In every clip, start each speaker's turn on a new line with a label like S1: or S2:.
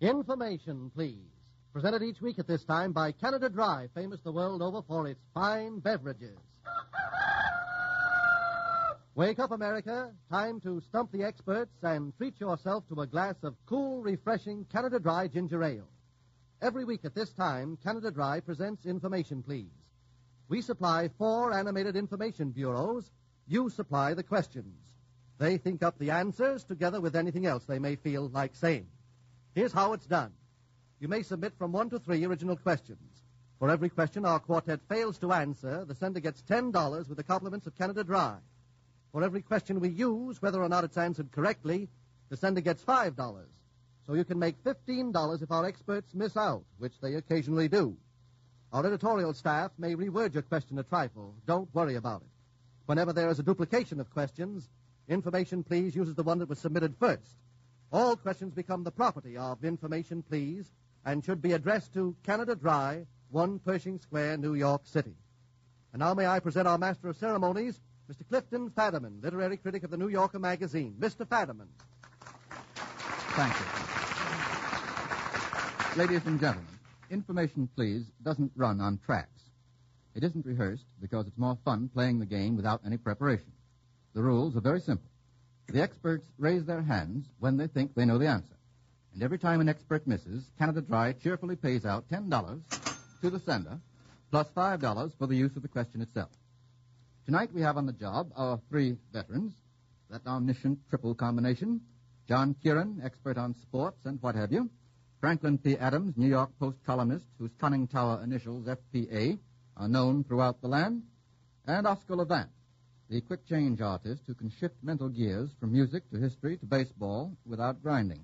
S1: Information, please. Presented each week at this time by Canada Dry, famous the world over for its fine beverages. Wake up, America. Time to stump the experts and treat yourself to a glass of cool, refreshing Canada Dry ginger ale. Every week at this time, Canada Dry presents Information, Please. We supply four animated information bureaus. You supply the questions. They think up the answers together with anything else they may feel like saying. Here's how it's done. You may submit from one to three original questions. For every question our quartet fails to answer, the sender gets $10 with the compliments of Canada Dry. For every question we use, whether or not it's answered correctly, the sender gets $5. So you can make $15 if our experts miss out, which they occasionally do. Our editorial staff may reword your question a trifle. Don't worry about it. Whenever there is a duplication of questions, Information Please uses the one that was submitted first. All questions become the property of Information Please and should be addressed to Canada Dry, 1 Pershing Square, New York City. And now may I present our Master of Ceremonies, Mr. Clifton Fadiman, literary critic of the New Yorker magazine. Mr. Fadiman.
S2: Thank you. Ladies and gentlemen, Information Please doesn't run on tracks. It isn't rehearsed because it's more fun playing the game without any preparation. The rules are very simple. The experts raise their hands when they think they know the answer. And every time an expert misses, Canada Dry cheerfully pays out $10 to the sender, plus $5 for the use of the question itself. Tonight we have on the job our three veterans, that omniscient triple combination, John Kieran, expert on sports and what have you, Franklin P. Adams, New York Post columnist, whose conning tower initials, FPA, are known throughout the land, and Oscar Levant, the quick change artist who can shift mental gears from music to history to baseball without grinding.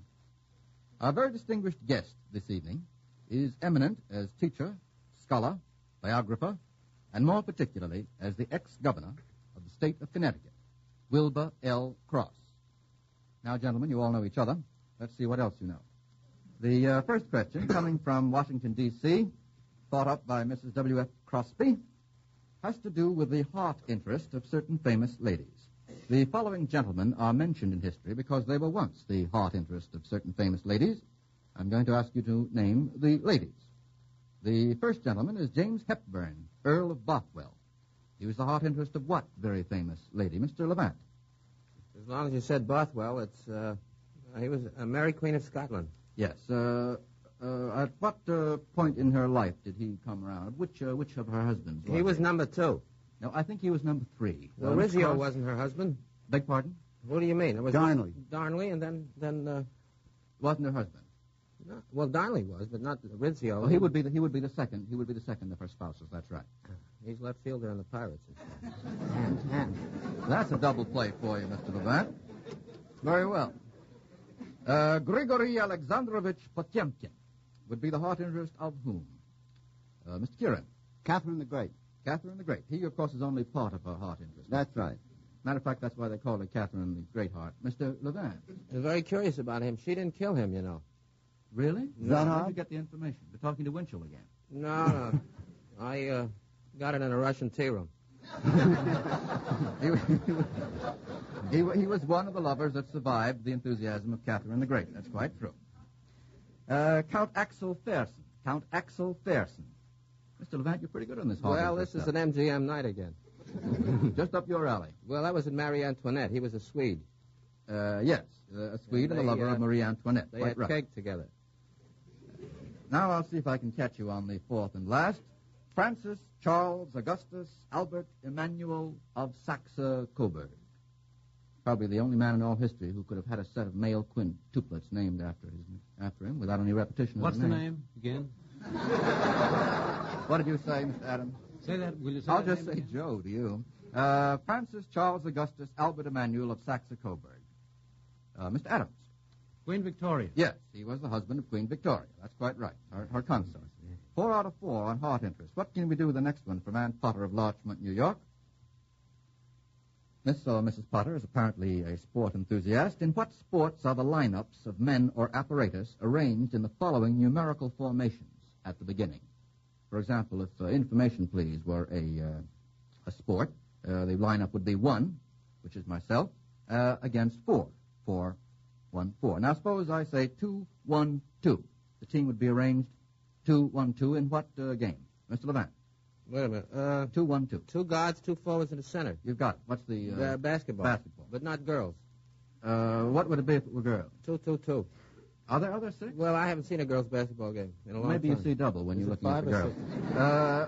S2: Our very distinguished guest this evening is eminent as teacher, scholar, biographer, and more particularly as the ex-governor of the state of Connecticut, Wilbur L. Cross. Now, gentlemen, you all know each other. Let's see what else you know. The uh, first question, coming from Washington, D.C., thought up by Mrs. W.F. Crosby, has to do with the heart interest of certain famous ladies. The following gentlemen are mentioned in history because they were once the heart interest of certain famous ladies. I'm going to ask you to name the ladies. The first gentleman is James Hepburn, Earl of Bothwell. He was the heart interest of what very famous lady? Mr. Levant.
S3: As long as you said Bothwell, it's uh, he was a Mary Queen of Scotland.
S2: Yes. Uh, uh, at what uh, point in her life did he come around? Which uh, which of her husbands?
S3: He was number two.
S2: No, I think he was number three.
S3: Well,
S2: Um,
S3: Rizzio
S2: Cross-
S3: wasn't her husband.
S2: Beg pardon?
S3: What do you mean? It was
S4: Darnley.
S3: Darnley, and then then uh,
S2: Wasn't her husband?
S3: no, well Darnley was, but not Rizzio.
S2: Well, he would be the, he would be the second. He would be the second of her spouses. That's right.
S3: He's left fielder on the Pirates.
S2: That's a double play for you, Mr. Levant. Very well. Uh, Grigory Alexandrovich Potemkin would be the heart interest of whom? Uh, Mr. Kieran.
S4: Catherine the Great.
S2: Catherine the Great. He, of course, is only part of her heart interest.
S4: That's right.
S2: Matter of fact, that's why they call her Catherine the Great Heart. Mr. Levant.
S3: They're very curious about him. She didn't kill him, you know.
S2: Really?
S4: Is that
S2: Where'd
S4: all?
S2: you get the information? We're talking to Winchell again.
S3: No, no. I uh, got it in a Russian tea room.
S2: He, wa- he, wa- he, wa- he was one of the lovers that survived the enthusiasm of Catherine the Great. That's quite true. Uh, Count Axel Fersen. Count Axel Fersen. Mr. Levant, you're pretty good on this hard
S3: well,
S2: interest
S3: this is
S2: stuff.
S3: an MGM night again.
S2: Just up your alley.
S3: Well, that was in Marie Antoinette. He was a Swede.
S2: Uh, yes, uh, a Swede and,
S3: they,
S2: a lover
S3: uh,
S2: of Marie Antoinette.
S3: They
S2: quite
S3: had
S2: right.
S3: cake together.
S2: Now I'll see if I can catch you on the fourth and last. Francis Charles Augustus Albert Emmanuel of Saxe Coburg. Probably the only man in all history who could have had a set of male quintuplets named after his after him without any repetition.
S5: What's
S2: of
S5: the name again?
S2: What did you say, Mr. Adams?
S5: Say that. Will you say
S2: I'll
S5: that
S2: just
S5: name
S2: say
S5: again?
S2: Joe to you. Uh, Francis Charles Augustus Albert Emmanuel of Saxe Coburg. Uh, Mr. Adams.
S5: Queen Victoria.
S2: Yes, he was the husband of Queen Victoria. That's quite right. Her, her consort. Four out of four on heart interest. What can we do with the next one from Ann Potter of Larchmont, New York? Miss or Mrs. Potter is apparently a sport enthusiast. In what sports are the lineups of men or apparatus arranged in the following numerical formations at the beginning? For example, if uh, information, please, were a, uh, a sport, uh, the lineup would be one, which is myself, uh, against four for one, four. Now, suppose I say two, one, two. The team would be arranged two, one, two in what uh, game? Mr. Levant,
S3: Wait a minute. Uh,
S2: two, one, two.
S3: two guards, two forwards, and a center.
S2: You've got it. What's the... Uh,
S3: Uh, basketball.
S2: Basketball.
S3: But not girls.
S2: Uh, what would it be if it were girls?
S3: Two, two, two.
S2: Are there other six?
S3: Well, I haven't seen a girls' basketball game in a long
S2: Maybe
S3: time.
S2: you see double when
S3: Is
S2: you're
S3: it
S2: looking at
S3: five
S2: the
S3: or
S2: girls. Uh,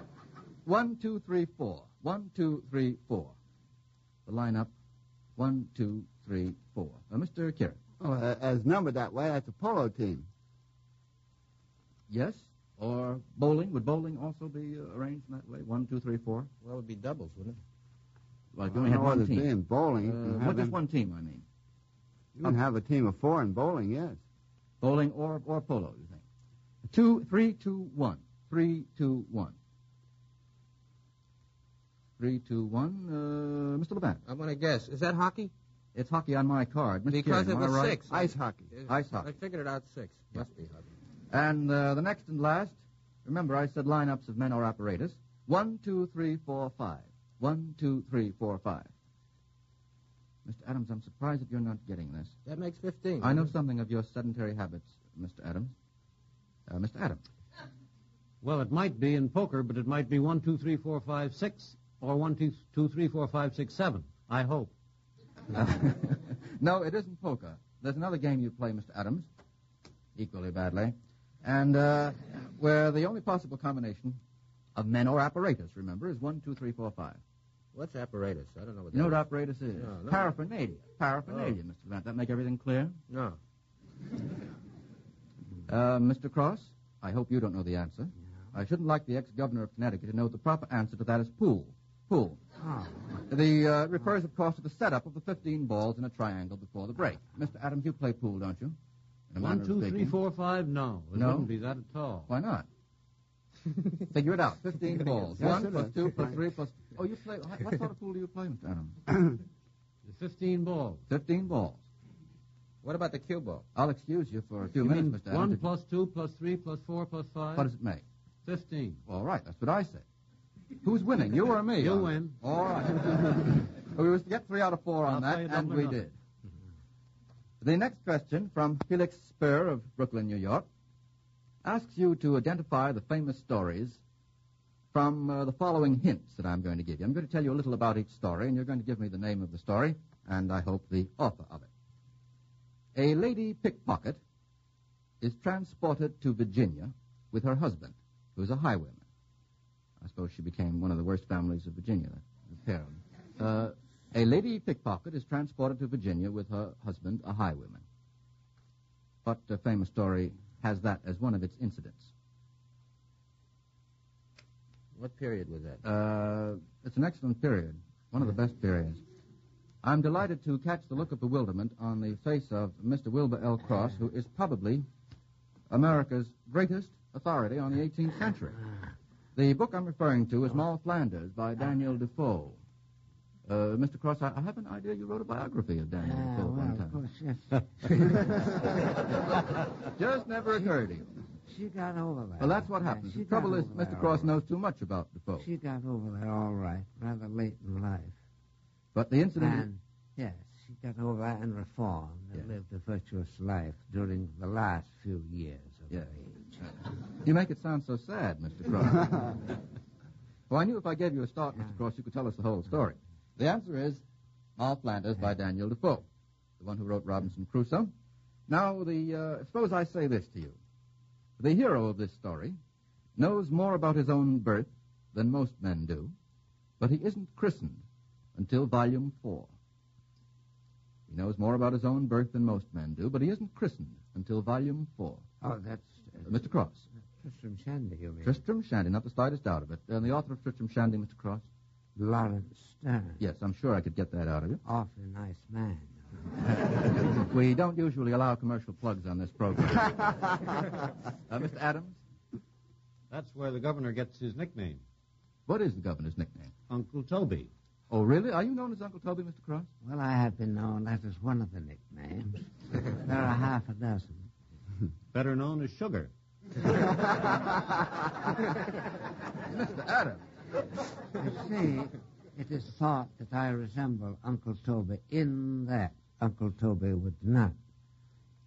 S2: one, two, three, four. One, two, three, four. The lineup. One, two, three, four. Uh, Mr. Carey.
S4: Well, a- as numbered that way, that's a polo team.
S2: Yes. Or bowling. Would bowling also be uh, arranged in that way? One, two, three, four.
S3: Well, it would be doubles, wouldn't it?
S2: Well, you
S4: I
S2: only
S4: don't
S2: had
S4: know whether
S2: one
S4: it's
S2: team.
S4: in bowling. you,
S2: Uh,
S4: can have
S2: what, just
S4: them-
S2: one team, I mean.
S4: you
S6: Oh.
S4: can have a team of four in bowling, yes.
S2: Bowling or, or polo, you think? Two, three, two, one. Three, two, one. Three, two, one. Uh, Mr. Levant.
S3: I'm going to guess. Is that hockey?
S2: It's hockey on my card. Mr.
S3: Because
S2: Carey,
S3: it
S2: am I
S3: was
S2: right?
S3: six.
S4: Ice hockey.
S2: Ice
S3: I
S2: hockey.
S3: figured it out six. Must be hockey.
S2: And uh, the next and last, remember I said lineups of men or apparatus. One, two, three, four, five. One, two, three, four, five. Mr. Adams, I'm surprised that you're not getting this.
S3: That makes 15.
S2: I know something of your sedentary habits, Mr. Adams. Uh, Mr. Adams,
S5: Well, it might be in poker, but it might be one, two, three, four, five, six, or one, two, two, three, four, five, six, seven. I hope.
S2: no, it isn't poker. There's another game you play, Mr. Adams, equally badly, and uh, where the only possible combination of men or apparatus, remember, is one, two, three, four, five.
S3: What's apparatus? I don't know what
S2: You know
S3: that
S2: what apparatus is?
S3: No, no.
S2: Paraphernalia. Paraphernalia, Mr. Levant. That make everything clear?
S3: is. No.
S2: Uh, Mr. Cross, I hope you don't know the answer. I shouldn't like the ex-governor of Connecticut to know the proper answer to that is pool. Pool. The uh, refers, of course, to the setup of the 15 balls in a triangle before the break. Mr. Adams, you play pool, don't you? In a manner
S5: One,
S2: of
S5: two, three,
S2: speaking.
S5: four, five. No, it
S2: No?
S5: wouldn't be that at all.
S2: Why not? Figure it out. 15 balls.
S4: Yes,
S2: One
S4: it
S2: plus
S4: is.
S2: two plus three plus... Oh, you play... What sort of pool do you play, Mr. Adams?
S5: Fifteen balls.
S2: 15 balls.
S3: What about the cue ball?
S2: I'll excuse you for a few
S5: You
S2: minutes,
S5: mean
S2: Mr. Adams.
S5: one
S2: if you-
S5: plus two plus three plus four plus five?
S2: What does it make?
S5: Fifteen.
S2: All right, that's what I say. Who's winning, you or me?
S5: You
S2: on it?
S5: win.
S2: All right. Well, we was to get three out of 4 on
S5: I'll
S2: that,
S5: play it
S2: and
S5: double or
S2: we
S5: nothing.
S2: did. The next question from Felix Spur of Brooklyn, New York, asks you to identify the famous stories from uh, the following hints that I'm going to give you. I'm going to tell you a little about each story, and you're going to give me the name of the story, and I hope the author of it. A lady pickpocket is transported to Virginia with her husband, who is a highwayman. I suppose she became one of the worst families of Virginia, that the pair of them. Uh, a lady pickpocket is transported to Virginia with her husband, a highwayman. But a famous story has that as one of its incidents.
S3: What period was that?
S2: Uh, it's an excellent period, one of the best periods. I'm delighted to catch the look of bewilderment on the face of Mr. Wilbur L. Cross, who is probably America's greatest authority on the 18th century. The book I'm referring to is Moll Flanders by Daniel Defoe. Uh, Mr. Cross, I, I have an idea you wrote a biography of Daniel
S6: Ah,
S2: Defoe at one time.
S6: yes.
S2: Just never occurred to you.
S6: She got over that.
S2: Well, that's what happens.
S6: She
S2: The
S6: got
S2: trouble is,
S6: over that
S2: Mr.
S6: all
S2: Cross
S6: right.
S2: knows too much about Defoe.
S6: She got over that all right, rather late in life.
S2: But the incident. is-
S6: And, yes, she got over that and reformed and
S2: Yeah.
S6: lived a virtuous life during the last few years of
S2: Yeah.
S6: her age.
S2: You make it sound so sad, Mr. Cross. well, I knew if I gave you a start, Mr. Cross, you could tell us the whole story. The answer is All Flanders by Daniel Defoe, the one who wrote Robinson Crusoe. Now, the uh, suppose I say this to you. The hero of this story knows more about his own birth than most men do, but he isn't christened until Volume 4. He knows more about his own birth than most men do, but he isn't christened until Volume 4.
S6: Oh, that's
S2: Uh,
S6: uh,
S2: Mr. Cross.
S6: Tristram Shandy, you mean?
S2: Tristram Shandy, not the slightest doubt of it. And the author of Tristram Shandy, Mr. Cross?
S6: Lawrence Stern.
S2: Yes, I'm sure I could get that out of you.
S6: Awfully nice man.
S2: We don't usually allow commercial plugs on this program. uh, Mr. Adams,
S5: That's where the governor gets his nickname,
S2: what is the governor's nickname?
S5: Uncle Toby.
S2: Oh, really? Are you known as Uncle Toby, Mr. Cross?
S6: Well, I have been known that is one of the nicknames. there are half a dozen.
S5: Better known as Sugar.
S2: Mr. Adams.
S6: You see, it is thought that I resemble Uncle Toby in that Uncle Toby would not.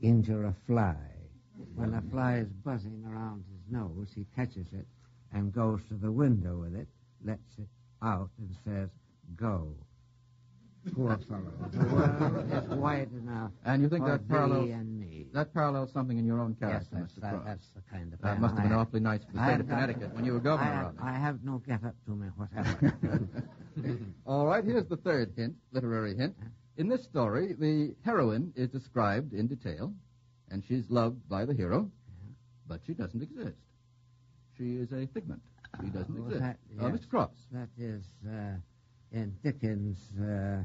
S6: injure a fly. When a fly is buzzing around his nose, he catches it and goes to the window with it, lets it out, and says, Go. Poor fellow. The world is wide enough
S2: And you think
S6: for
S2: that parallels
S6: thee and me.
S2: that parallels something in your own
S6: yes,
S2: character,
S6: that's,
S2: Mr.
S6: that-
S2: Cross.
S6: that's the kind of
S2: That
S6: man
S2: must have
S6: I
S2: been
S6: am.
S2: awfully nice for the
S6: I
S2: state
S6: am
S2: of
S6: not-
S2: Connecticut when you were governor.
S6: I have,
S2: Robin.
S6: I have no get up to me whatever.
S2: All right, here's the third hint, literary hint. In this story, the heroine is described in detail, and she's loved by the hero, but she doesn't exist. She is a figment. She doesn't
S6: Oh,
S2: exist.
S6: that-
S2: Uh,
S6: yes.
S2: Mr. Cross.
S6: that is uh, in Dickens. Uh,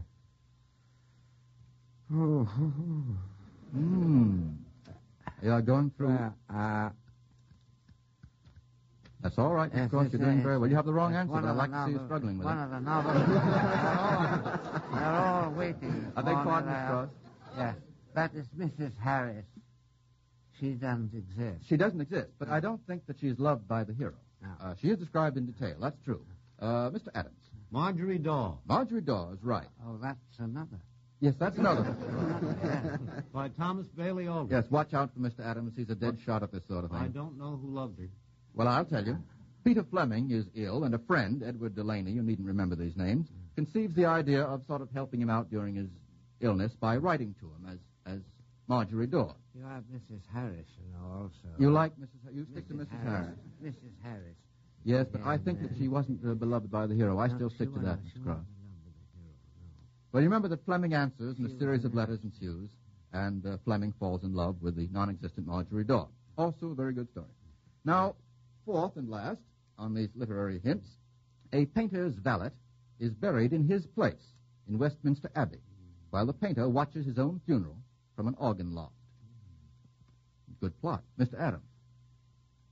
S2: Oh, Hmm. You are going through.
S6: uh, uh,
S2: That's all right, Mr. Cross. You're doing very well. You have the wrong answer, but I like to see you struggling with
S6: one
S2: it.
S6: of the novels. they're, all, they're all waiting.
S2: I beg
S6: for me
S2: pardon, Mr.
S6: there.
S2: Cross.
S6: Yeah, that is Mrs. Harris. She doesn't exist.
S2: She doesn't exist, but I don't think that she's loved by the hero.
S6: No.
S2: Uh, she is described in detail. That's true. Uh, Mr. Adams.
S5: Marjorie Daw.
S2: Marjorie Daw is right.
S6: Oh, that's another.
S2: Yes, that's another. one.
S6: Yeah.
S5: By Thomas Bailey Aldrich.
S2: Yes, watch out for Mr. Adams. He's a dead shot at this sort of
S5: I
S2: thing.
S5: don't know who loved her.
S2: Well, I'll tell you. Peter Fleming is ill, and a friend, Edward Delaney, you needn't remember these names,
S6: Mm.
S2: conceives the idea of sort of helping him out during his illness by writing to him as, as Marjorie Daw.
S6: You have Mrs. Harris, you know, also.
S2: You like Mrs. Har- You stick to Mrs. Harris.
S6: Mrs. Harris.
S2: Yes, but
S6: Yeah,
S2: I think
S6: yeah.
S2: that she wasn't uh, beloved by the hero. I
S6: No,
S2: still
S6: she
S2: stick to that,
S6: wasn't- she
S2: Mrs. Cross.
S6: wasn't numbered at all.
S2: Well, you remember that Fleming answers, and
S6: She
S2: a series of
S6: wasn't-
S2: letters ensues, and uh, Fleming falls in love with the non-existent Marjorie Daw. Also a very good story. Now, fourth and last on these literary hints, a painter's valet is buried in his place in Westminster Abbey, while the painter watches his own funeral from an organ loft. Good plot, Mr. Adams.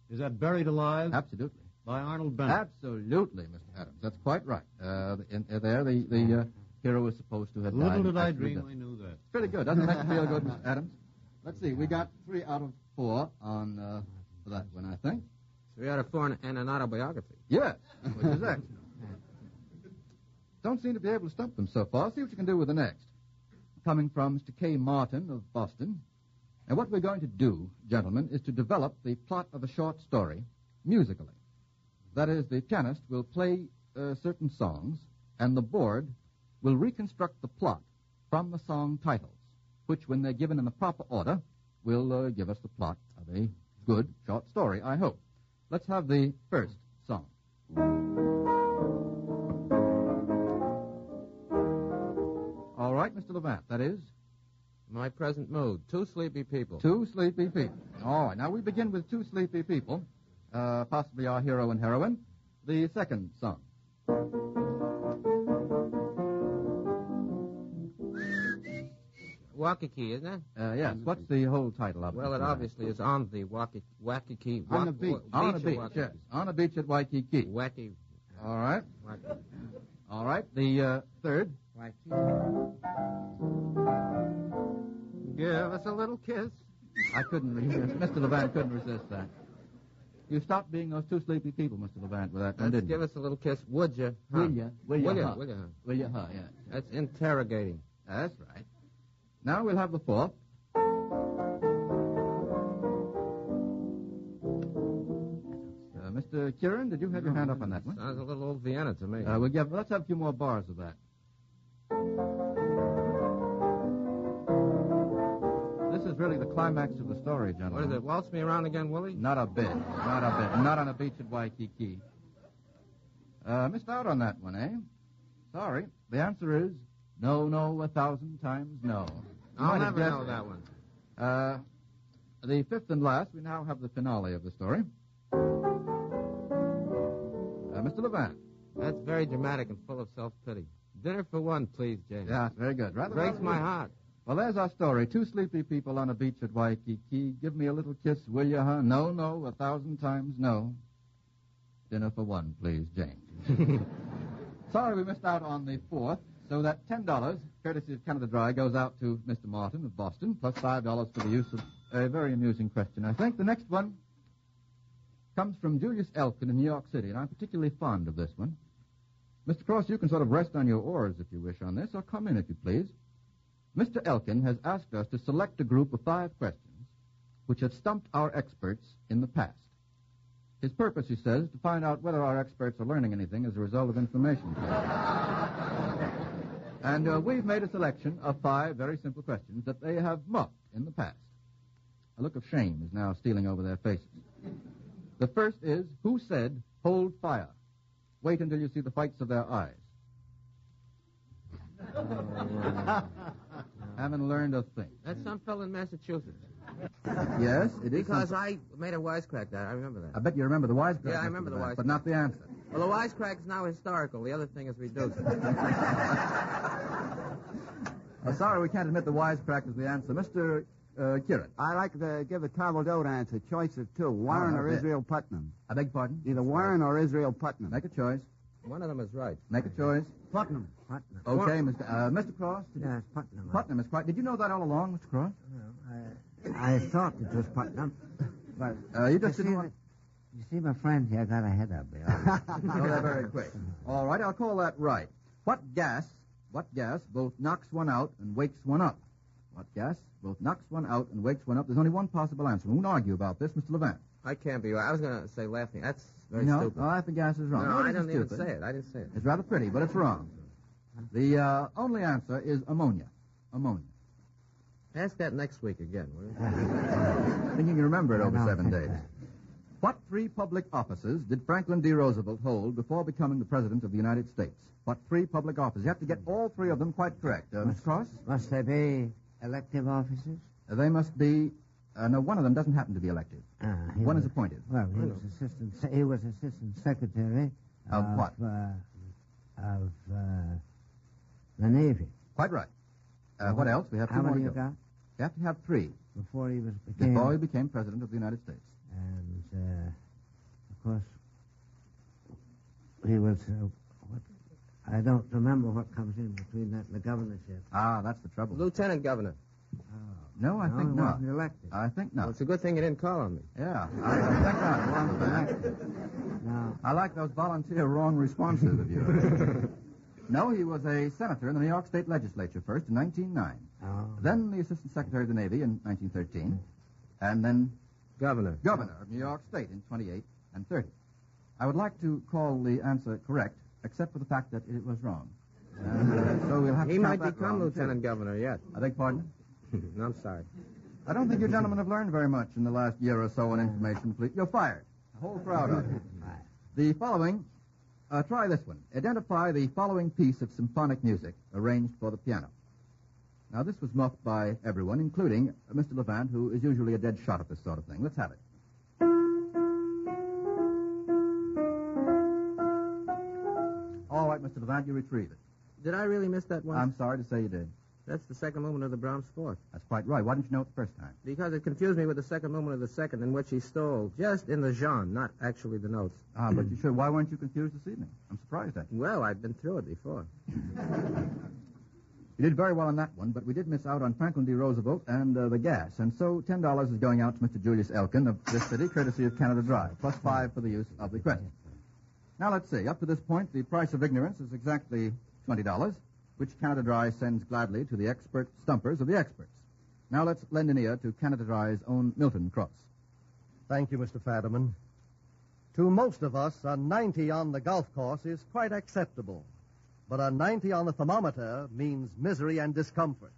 S5: Is that Buried Alive
S2: Absolutely.
S5: by Arnold Bennett?
S2: Absolutely, Mr. Adams. That's quite right. Uh, in, uh, there, the, the uh, hero is supposed to have died.
S5: Little
S2: and
S5: did I
S2: actually
S5: dream
S2: doesn't.
S5: I knew that.
S2: Pretty good. Doesn't that feel good, Mr. Adams? Let's see. We got three out of four on uh, that one, I think.
S3: Three out of four and- and an autobiography.
S2: Yes, which is excellent. Don't seem to be able to stump them so far. See what you can do with the next. Coming from Mr. K. Martin of Boston. And what we're going to do, gentlemen, is to develop the plot of a short story musically. That is, the pianist will play uh, certain songs, and the board will reconstruct the plot from the song titles, which, when they're given in the proper order, will uh, give us the plot of a good short story, I hope. Let's have the first song. All right, Mr. Levant, that is
S3: My present mood. Two sleepy people.
S2: Two Sleepy People. All right, now we begin with Two Sleepy People, uh, possibly our hero and heroine, the second song.
S3: Waikiki, isn't it?
S2: Uh, yes, what's the whole title of it?
S3: Well, it
S2: Mr. Levant?
S3: obviously is on the Waikiki. Waikiki
S4: On
S3: Wa-
S4: the beach.
S3: wa-
S2: On a
S3: of
S2: beach,
S3: Waikiki.
S2: yes. On a beach at Waikiki.
S3: Wacky.
S2: All right,
S3: Waikiki.
S2: all right. The uh, third.
S6: Waikiki.
S3: Give us a little kiss.
S2: I couldn't resist. Mr. Levant couldn't resist that. You stopped being those two sleepy people, Mr. Levant, with that one,
S3: Let's
S2: didn't
S3: give
S2: you?
S3: us a little kiss, would you?
S2: Will ya? Will ya,
S3: Will ya?
S2: huh?
S3: Will ya, huh?
S2: Well, yeah, huh, yeah.
S3: That's interrogating.
S2: That's right. Now we'll have the fourth. Uh, Mr. Kieran, did you have your hand up on that one?
S3: Sounds a little old Vienna to me.
S2: Uh, we'll give, let's have a few more bars of that. This is really the climax of the story, gentlemen.
S3: what is it? Waltz me around again, Willie?
S2: Not a bit. Not a bit. Not on a beach at Waikiki. Uh, missed out on that one, eh? Sorry. The answer is no, no, a thousand times no. You
S3: I'll
S2: might have
S3: never know
S2: guessed-
S3: that one.
S2: Uh, the fifth and last, we now have the finale of the story. Uh, Mr. Levant.
S3: That's very dramatic and full of self-pity. Dinner for one, please, James.
S2: Yeah, very good. Rather
S3: Breaks
S2: rather
S3: my
S2: good.
S3: heart.
S2: Well, there's our story. Two sleepy people on a beach at Waikiki. Give me a little kiss, will you, huh? No, no, a thousand times no. Dinner for one, please, James. Sorry we missed out on the fourth, so that $10, courtesy of Canada Dry, goes out to Mr. Martin of Boston, plus $5 for the use of a very amusing question, I think. The next one comes from Julius Elkin in New York City, and I'm particularly fond of this one. Mr. Cross, you can sort of rest on your oars if you wish on this, or come in if you please. Mr. Elkin has asked us to select a group of five questions which have stumped our experts in the past. His purpose, he says, to find out whether our experts are learning anything as a result of information. and uh, we've made a selection of five very simple questions that they have muffed in the past. A look of shame is now stealing over their faces. The first is, who said, hold fire? Wait until you see the whites of their eyes. Haven't learned a thing.
S3: That's some fellow in Massachusetts.
S2: Yes, it is.
S3: Because
S2: something.
S3: I made a wisecrack that. I remember
S2: I
S3: that.
S2: bet you remember the wisecrack.
S3: Yeah, I
S2: Mr.
S3: remember the
S2: Levant,
S3: wisecrack.
S2: But not the answer.
S3: Well, the wisecrack's now historical. The other thing is reduced.
S2: Uh, sorry, we can't admit the wisecrack is the answer. Mr. Uh, Curate.
S4: I like to give a Calvadot answer, choice of two, Warren
S2: Oh,
S4: or
S2: that's it.
S4: Israel Putnam.
S2: I beg your pardon?
S4: Either Warren or Israel Putnam.
S2: Make a choice.
S3: One of them is right.
S2: Make a choice.
S6: Putnam. Putnam.
S2: Okay, Mr. Uh, Mr. Cross. Did
S6: Yeah, it's Putnam. I-
S2: Putnam is quite. Did you know that all along, Mr. Cross?
S6: I, I thought it was Putnam, but
S2: Uh, you just
S6: see,
S2: didn't want.
S6: the- you see, my friend here got ahead of me. all right.
S2: know that very quick. All right, I'll call that right. What gas? What gas both knocks one out and wakes one up? What gas both knocks one out and wakes one up? There's only one possible answer. We won't argue about this, Mr. Levant.
S3: I can't be right. I was going to say laughing. That's very
S2: no,
S3: stupid.
S2: no, I think gas is wrong.
S3: no,
S2: it
S3: I
S2: isn't
S3: didn't even
S2: stupid.
S3: say it. I didn't say it.
S2: It's rather pretty, but it's wrong. The uh, only answer is ammonia. Ammonia.
S3: Ask that next week again, will you?
S2: I think you can remember it
S6: I
S2: over
S6: don't
S2: seven
S6: think
S2: days. What three public offices did Franklin D. Roosevelt hold before becoming the President of the United States? What three public offices? You have to get all three of them quite correct. Uh, Miss Cross?
S6: Must they be elective officers?
S2: Uh, They must be. Uh, no, one of them doesn't happen to be elected.
S6: Uh, he
S2: one
S6: was,
S2: is appointed.
S6: Well, he was assistant. se- He was assistant secretary
S2: Of what?
S6: Uh, of uh, the Navy.
S2: Quite right. Uh, what else? We have two
S6: How
S2: more
S6: many
S2: to
S6: you
S2: go.
S6: got
S2: You have to have three
S6: before he was became?
S2: before he became President of the United States.
S6: And uh, of course, he was. Uh, what, I don't remember what comes in between that and the governorship.
S2: Ah, that's the trouble.
S3: Lieutenant Governor.
S2: No, I
S6: no,
S2: think
S6: he
S2: not.
S6: wasn't elected.
S2: I think
S3: Well,
S2: not.
S3: it's a good thing you didn't call on me.
S2: Yeah, I, I think not. Mr. Levant.
S6: No,
S2: I like those volunteer wrong responses of yours. no, he was a senator in the New York State Legislature first in 1909,
S6: no.
S2: then the Assistant Secretary of the Navy in 1913, and then
S3: Governor.
S2: Governor of New York State in 28 and 30. I would like to call the answer correct, except for the fact that it was wrong. And, uh, so we'll have
S3: He
S2: to
S3: might
S2: count that
S3: become
S2: wrong,
S3: Lieutenant Governor yet.
S2: too. I beg pardon?
S3: no, I'm sorry.
S2: I don't think you gentlemen have learned very much in the last year or so on information, please. You're fired. A whole crowd of you. The following, uh, try this one. Identify the following piece of symphonic music arranged for the piano. Now, this was muffed by everyone, including uh, Mr. Levant, who is usually a dead shot at this sort of thing. Let's have it. All right, Mr. Levant, you retrieve it.
S3: Did I really miss that one?
S2: I'm sorry to say you did.
S3: That's the second movement of the Brahms Fourth.
S2: That's quite right. Why didn't you know it the first time?
S3: Because it confused me with the second movement of the second, in which he stole, just in the genre, not actually the notes.
S2: Ah, but you should. Why weren't you confused this evening? I'm surprised at you.
S3: Well, I've been through it before.
S2: You did very well on that one, but we did miss out on Franklin D. Roosevelt and uh, the gas, and so ten dollars is going out to Mr. Julius Elkin of this city, courtesy of Canada Drive, plus five for the use of the credit. Now let's see. Up to this point, the price of ignorance is exactly twenty dollars, which Canada Dry sends gladly to the expert stumpers of the experts. Now let's lend an ear to Canada Dry's own Milton Cross.
S1: Thank you, Mr. Fadiman. To most of us, a 90 on the golf course is quite acceptable, but a 90 on the thermometer means misery and discomfort.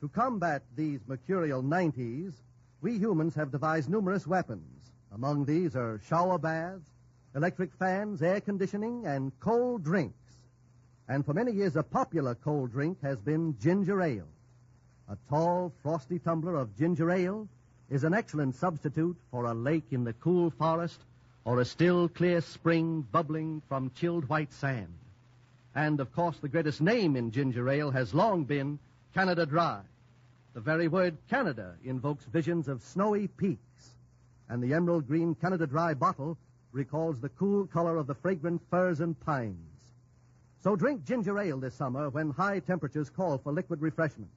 S1: To combat these mercurial 90s, we humans have devised numerous weapons. Among these are shower baths, electric fans, air conditioning, and cold drinks. And for many years, a popular cold drink has been ginger ale. A tall, frosty tumbler of ginger ale is an excellent substitute for a lake in the cool forest or a still, clear spring bubbling from chilled white sand. And, of course, the greatest name in ginger ale has long been Canada Dry. The very word Canada invokes visions of snowy peaks, and the emerald green Canada Dry bottle recalls the cool color of the fragrant firs and pines. So drink ginger ale this summer when high temperatures call for liquid refreshment.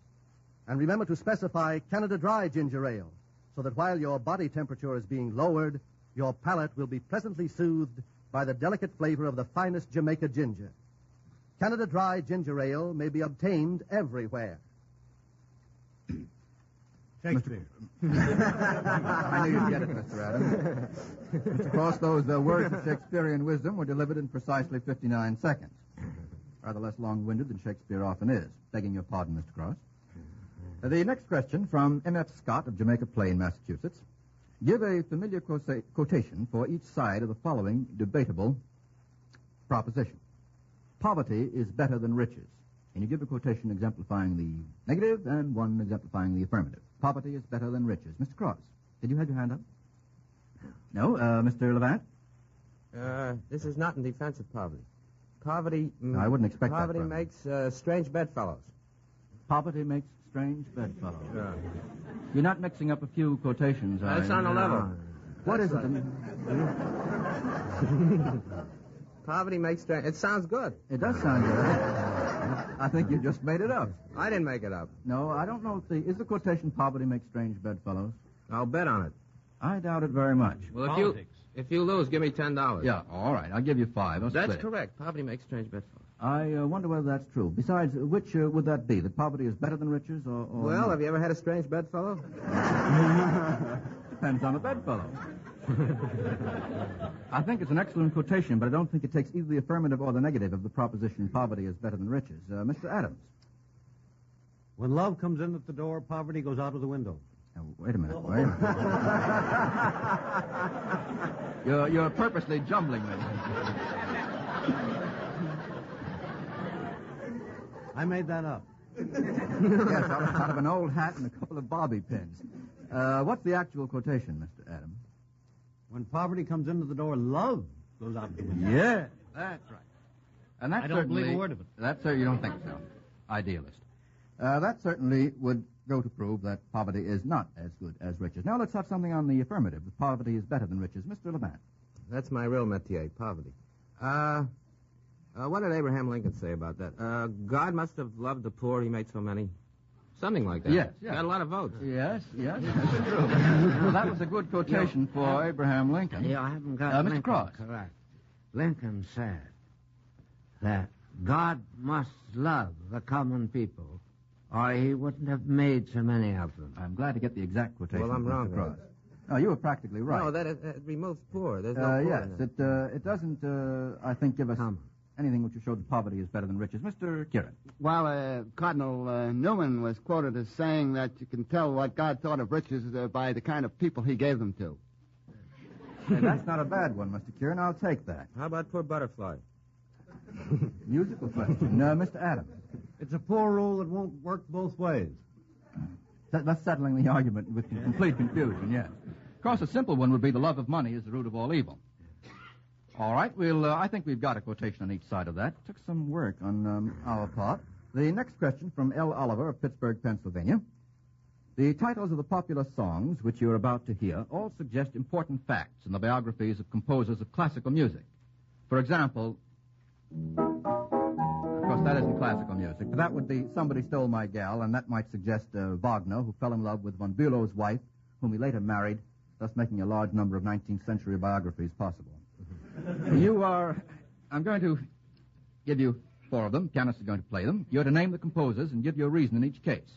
S1: And remember to specify Canada Dry ginger ale so that while your body temperature is being lowered, your palate will be pleasantly soothed by the delicate flavor of the finest Jamaica ginger. Canada Dry ginger ale may be obtained everywhere.
S7: Shakespeare.
S2: I knew you'd get it, Mr. Adams. Mr. Cross, those uh, words of Shakespearean wisdom were delivered in precisely 59 seconds. Rather less long-winded than Shakespeare often is. Begging your pardon, Mr. Cross. Uh, The next question from M.F. Scott of Jamaica Plain, Massachusetts. Give a familiar quota- quotation for each side of the following debatable proposition. Poverty is better than riches. And you give a quotation exemplifying the negative and one exemplifying the affirmative. Poverty is better than riches. Mr. Cross, did you have your hand up? No, uh, Mr. Levant?
S3: Uh, this is not in defense of poverty. Poverty. mm,
S2: No, I wouldn't expect that
S3: Poverty
S2: from you.
S3: makes uh, strange bedfellows.
S2: Poverty makes strange bedfellows. You're not mixing up a few quotations, are
S3: That's
S2: you?
S3: on a level.
S2: What is it?
S3: Poverty makes strange. It sounds good.
S2: It does sound good. I think you just made it up.
S3: I didn't make it up.
S2: No, I don't know if the... Is the quotation poverty makes strange bedfellows?
S3: I'll bet on it.
S2: I doubt it very much.
S3: Well, if
S5: Politics.
S3: you if you lose, give me ten dollars.
S2: Yeah, all right. I'll give you five. I'll
S3: That's
S2: split it.
S3: correct. Poverty makes strange bedfellows.
S2: I uh, wonder whether that's true. Besides, uh, which uh, would that be? That poverty is better than riches, or, or
S3: well,
S2: not?
S3: have you ever had a strange bedfellow?
S2: depends on the bedfellow. I think it's an excellent quotation, but I don't think it takes either the affirmative or the negative of the proposition poverty is better than riches. Uh, Mr. Adams.
S5: When love comes in at the door, poverty goes out of the window.
S2: Now, Oh, wait a minute. Wait a minute. you're, you're purposely jumbling them.
S5: I made that up.
S2: yes, out of, out of an old hat and a couple of bobby pins. Uh, what's the actual quotation, Mr. Adams?
S5: When poverty comes into the door, love goes out of the window.
S2: Yeah, that's right. And that
S5: I don't believe a
S2: certainly-
S5: word of it.
S2: That sir, you don't think so, idealist. Uh, that certainly would go to prove that poverty is not as good as riches. Now let's have something on the affirmative. That poverty is better than riches, Mr. Levant.
S3: That's my real métier, poverty. Uh, uh, what did Abraham Lincoln say about that? Uh, God must have loved the poor. He made so many. Something like that.
S2: Yes, yes.
S3: Got a lot of votes.
S2: Yes, yes, that's true. well, that was a good quotation for Abraham Lincoln.
S6: You haven't got
S2: Uh, Mr.
S6: Lincoln
S2: Cross.
S6: correct. Lincoln said that God must love the common people, or he wouldn't have made so many of them.
S2: I'm glad to get the exact quotation.
S3: Well, I'm
S2: Mr.
S3: wrong.
S2: Cross. No, you were practically right.
S3: No, that, is, that removes poor. There's no
S2: uh,
S3: poor
S2: yes,
S3: in it.
S2: it uh, it doesn't. Uh, I think give us
S6: Common.
S2: anything which will show that poverty is better than riches, Mr. Kieran.
S4: While uh, Cardinal uh, Newman was quoted as saying that you can tell what God thought of riches uh, by the kind of people he gave them to.
S2: Hey, that's not a bad one, Mr. Kieran. I'll take that.
S3: How about poor butterfly?
S2: Musical question. Uh, Mr. Adams.
S5: It's a poor rule that won't work both ways.
S2: That, that's settling the argument with complete confusion, yes. Of course, a simple one would be the love of money is the root of all evil. All right, we'll, uh, I think we've got a quotation on each side of that. Took some work on um, our part. The next question from L. Oliver of Pittsburgh, Pennsylvania. The titles of the popular songs which you're about to hear all suggest important facts in the biographies of composers of classical music. For example, of course, that isn't classical music, but that would be Somebody Stole My Gal, and that might suggest uh, Wagner, who fell in love with von Bülow's wife, whom he later married, thus making a large number of 19th century biographies possible. you are. I'm going to give you four of them. Pianists are going to play them. You're to name the composers and give your reason in each case.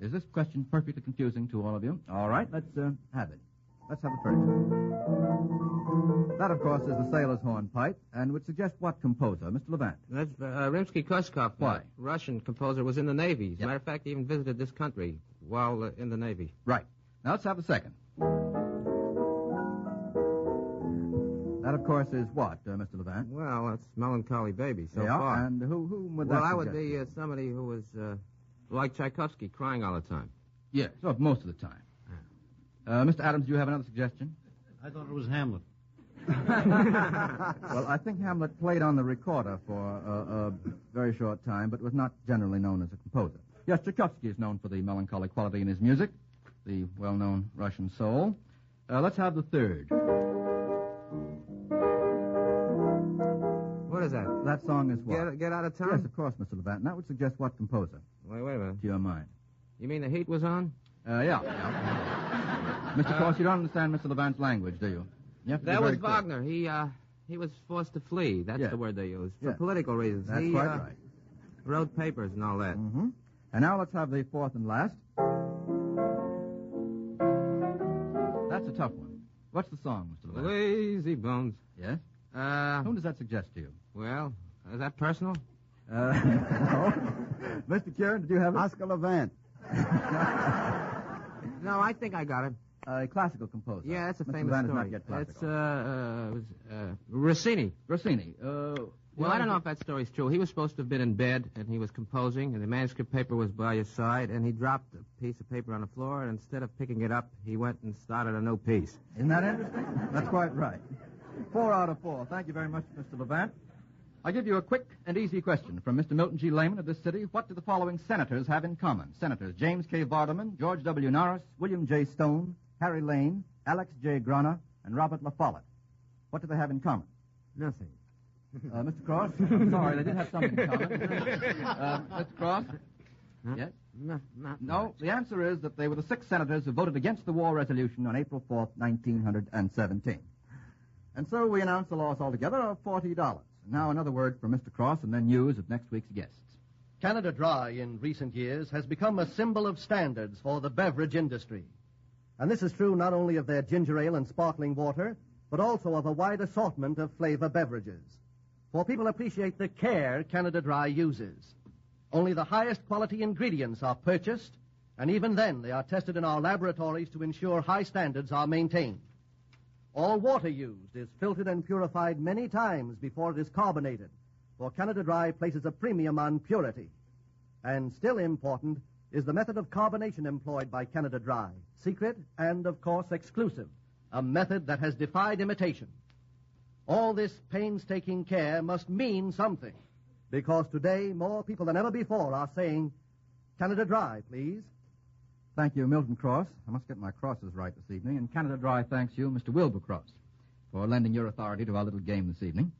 S2: Is this question perfectly confusing to all of you? All right, let's uh, have it. Let's have it first. That, of course, is the sailor's hornpipe, and would suggest what composer? Mr. Levant.
S3: That's uh, Rimsky-Korsakov.
S2: Why?
S3: that Russian composer was in the Navy. As a
S2: Yeah.
S3: matter of fact, he even visited this country while uh, in the Navy.
S2: Right. Now let's have a second. That, of course, is what, uh, Mr. Levant?
S3: Well, that's melancholy baby so
S2: yeah,
S3: far.
S2: and who, whom would
S3: well,
S2: that
S3: I would
S2: suggest?
S3: be uh, somebody who was uh, like Tchaikovsky, crying all the time.
S2: Yes, well, most of the time. Uh, Mr. Adams, do you have another suggestion?
S5: I thought it was Hamlet.
S2: Well, I think Hamlet played on the recorder for a, a very short time, but was not generally known as a composer. Yes, Tchaikovsky is known for the melancholy quality in his music, the well-known Russian soul. Uh, let's have the third.
S3: What is that?
S2: That song is what?
S3: Get, get out of
S2: yes,
S3: town?
S2: of course, Mr. Levant. And that would suggest what composer,
S3: Wait, wait a minute.
S2: to your mind?
S3: You mean the heat was on?
S2: Uh, yeah. yeah. Mr. Cross, you don't understand Mr. Levant's language, do you? you have to be
S3: That was
S2: very quick.
S3: Wagner. He uh, he was forced to flee. That's
S2: Yeah.
S3: the word they used
S2: Yeah.
S3: for political reasons.
S2: That's
S3: he
S2: quite
S3: uh,
S2: right. Mm.
S3: wrote papers and all that.
S2: hmm And now let's have the fourth and last. that's a tough one. What's the song, Mr. Levant?
S3: Lazy bones.
S2: Yes?
S3: Uh,
S2: Whom does that suggest to you?
S3: well, is that personal?
S2: Uh, no. Mr. Curran, did you have
S4: Oscar Levant.
S3: No, I think I got it.
S2: a classical composer?
S3: Yeah, that's a
S2: Mr.
S3: famous
S2: Levant
S3: story.
S2: Is not yet classical.
S3: It's uh, uh, it was, uh, Rossini.
S2: Rossini. Uh,
S3: Well, I don't know if that story's true. He was supposed to have been in bed, and he was composing, and the manuscript paper was by his side, and he dropped a piece of paper on the floor, and instead of picking it up, he went and started a new piece.
S2: Isn't that interesting? That's quite right. Four out of four. Thank you very much, Mr. Levant. I give you a quick and easy question from Mr. Milton G. Lehman of this city. What do the following senators have in common? Senators James K. Vardaman, George W. Norris, William J. Stone, Harry Lane, Alex J. Grana, and Robert La Follette. What do they have in common?
S6: Nothing.
S2: Uh, Mr. Cross? I'm sorry, they did have something in common. Uh, Mr. Cross? Yes?
S6: No, not
S2: No, the answer is that they were the six senators who voted against the war resolution on April 4th, 1917. And so we announce the loss altogether of $40. Now another word from Mr. Cross and then news of next week's guests.
S1: Canada Dry in recent years has become a symbol of standards for the beverage industry. And this is true not only of their ginger ale and sparkling water, but also of a wide assortment of flavor beverages. For people appreciate the care Canada Dry uses. Only the highest quality ingredients are purchased, and even then they are tested in our laboratories to ensure high standards are maintained. All water used is filtered and purified many times before it is carbonated, for Canada Dry places a premium on purity. And still important is the method of carbonation employed by Canada Dry, secret and, of course, exclusive, a method that has defied imitation. All this painstaking care must mean something, because today more people than ever before are saying, Canada Dry, please.
S2: Thank you, Milton Cross. I must get my crosses right this evening. And Canada Dry thanks you, Mr. Wilbur Cross, for lending your authority to our little game this evening.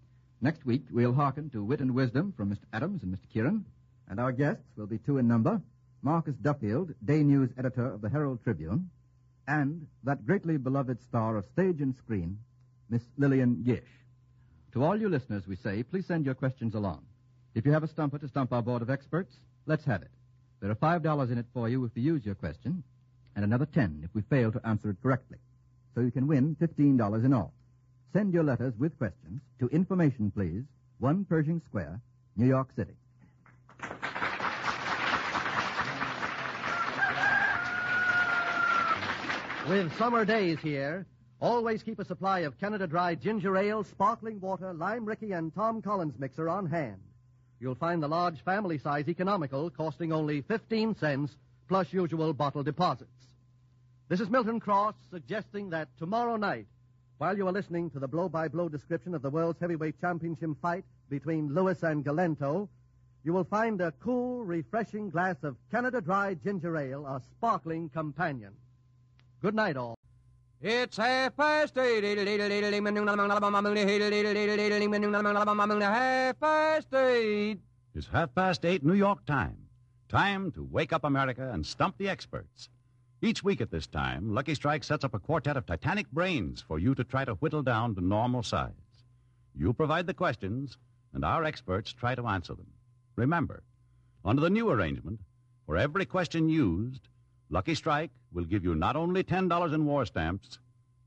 S2: Next week, we'll hearken to wit and wisdom from Mr. Adams and Mr. Kieran. And our guests will be two in number Marcus Duffield, day news editor of the Herald Tribune, and that greatly beloved star of stage and screen, Miss Lillian Gish. To all you listeners, we say, please send your questions along. If you have a stumper to stump our board of experts, let's have it. There are five dollars in it for you if you use your question, and another ten if we fail to answer it correctly. So you can win fifteen dollars in all. Send your letters with questions to Information Please, One Pershing Square, New York City.
S1: With summer days here, always keep a supply of Canada Dry ginger ale, sparkling water, lime Ricky, and Tom Collins mixer on hand. You'll find the large family size economical, costing only 15 cents plus usual bottle deposits. This is Milton Cross suggesting that tomorrow night, while you are listening to the blow by blow description of the world's heavyweight championship fight between Lewis and Galento, you will find a cool, refreshing glass of Canada Dry ginger ale, a sparkling companion. Good night, all.
S3: It's half past eight. Half past eight.
S7: It's half past eight New York time. Time to wake up America and stump the experts. Each week at this time, Lucky Strike sets up a quartet of titanic brains for you to try to whittle down to normal size. You provide the questions, and our experts try to answer them. Remember, under the new arrangement, for every question used, Lucky Strike will give you not only $10 in war stamps,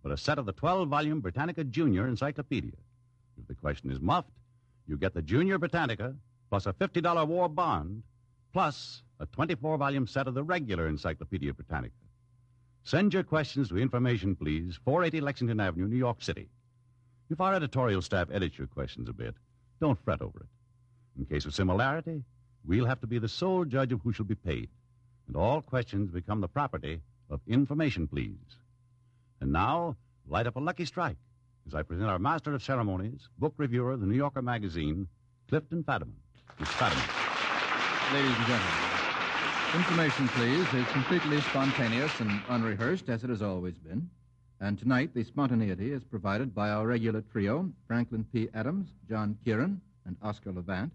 S7: but a set of the 12 volume Britannica Junior Encyclopedia. If the question is muffed, you get the Junior Britannica plus a $50 war bond plus a 24 volume set of the regular Encyclopedia Britannica. Send your questions to Information, please, 480 Lexington Avenue, New York City. If our editorial staff edits your questions a bit, don't fret over it. In case of similarity, we'll have to be the sole judge of who shall be paid, and all questions become the property of Information, please. And now, light up a lucky strike as I present our master of ceremonies, book reviewer of the New Yorker magazine, Clifton Fadiman. Miss Fadiman.
S2: Ladies and gentlemen, Information Please is completely spontaneous and unrehearsed, as it has always been. And tonight, the spontaneity is provided by our regular trio, Franklin P. Adams, John Kieran, and Oscar Levant,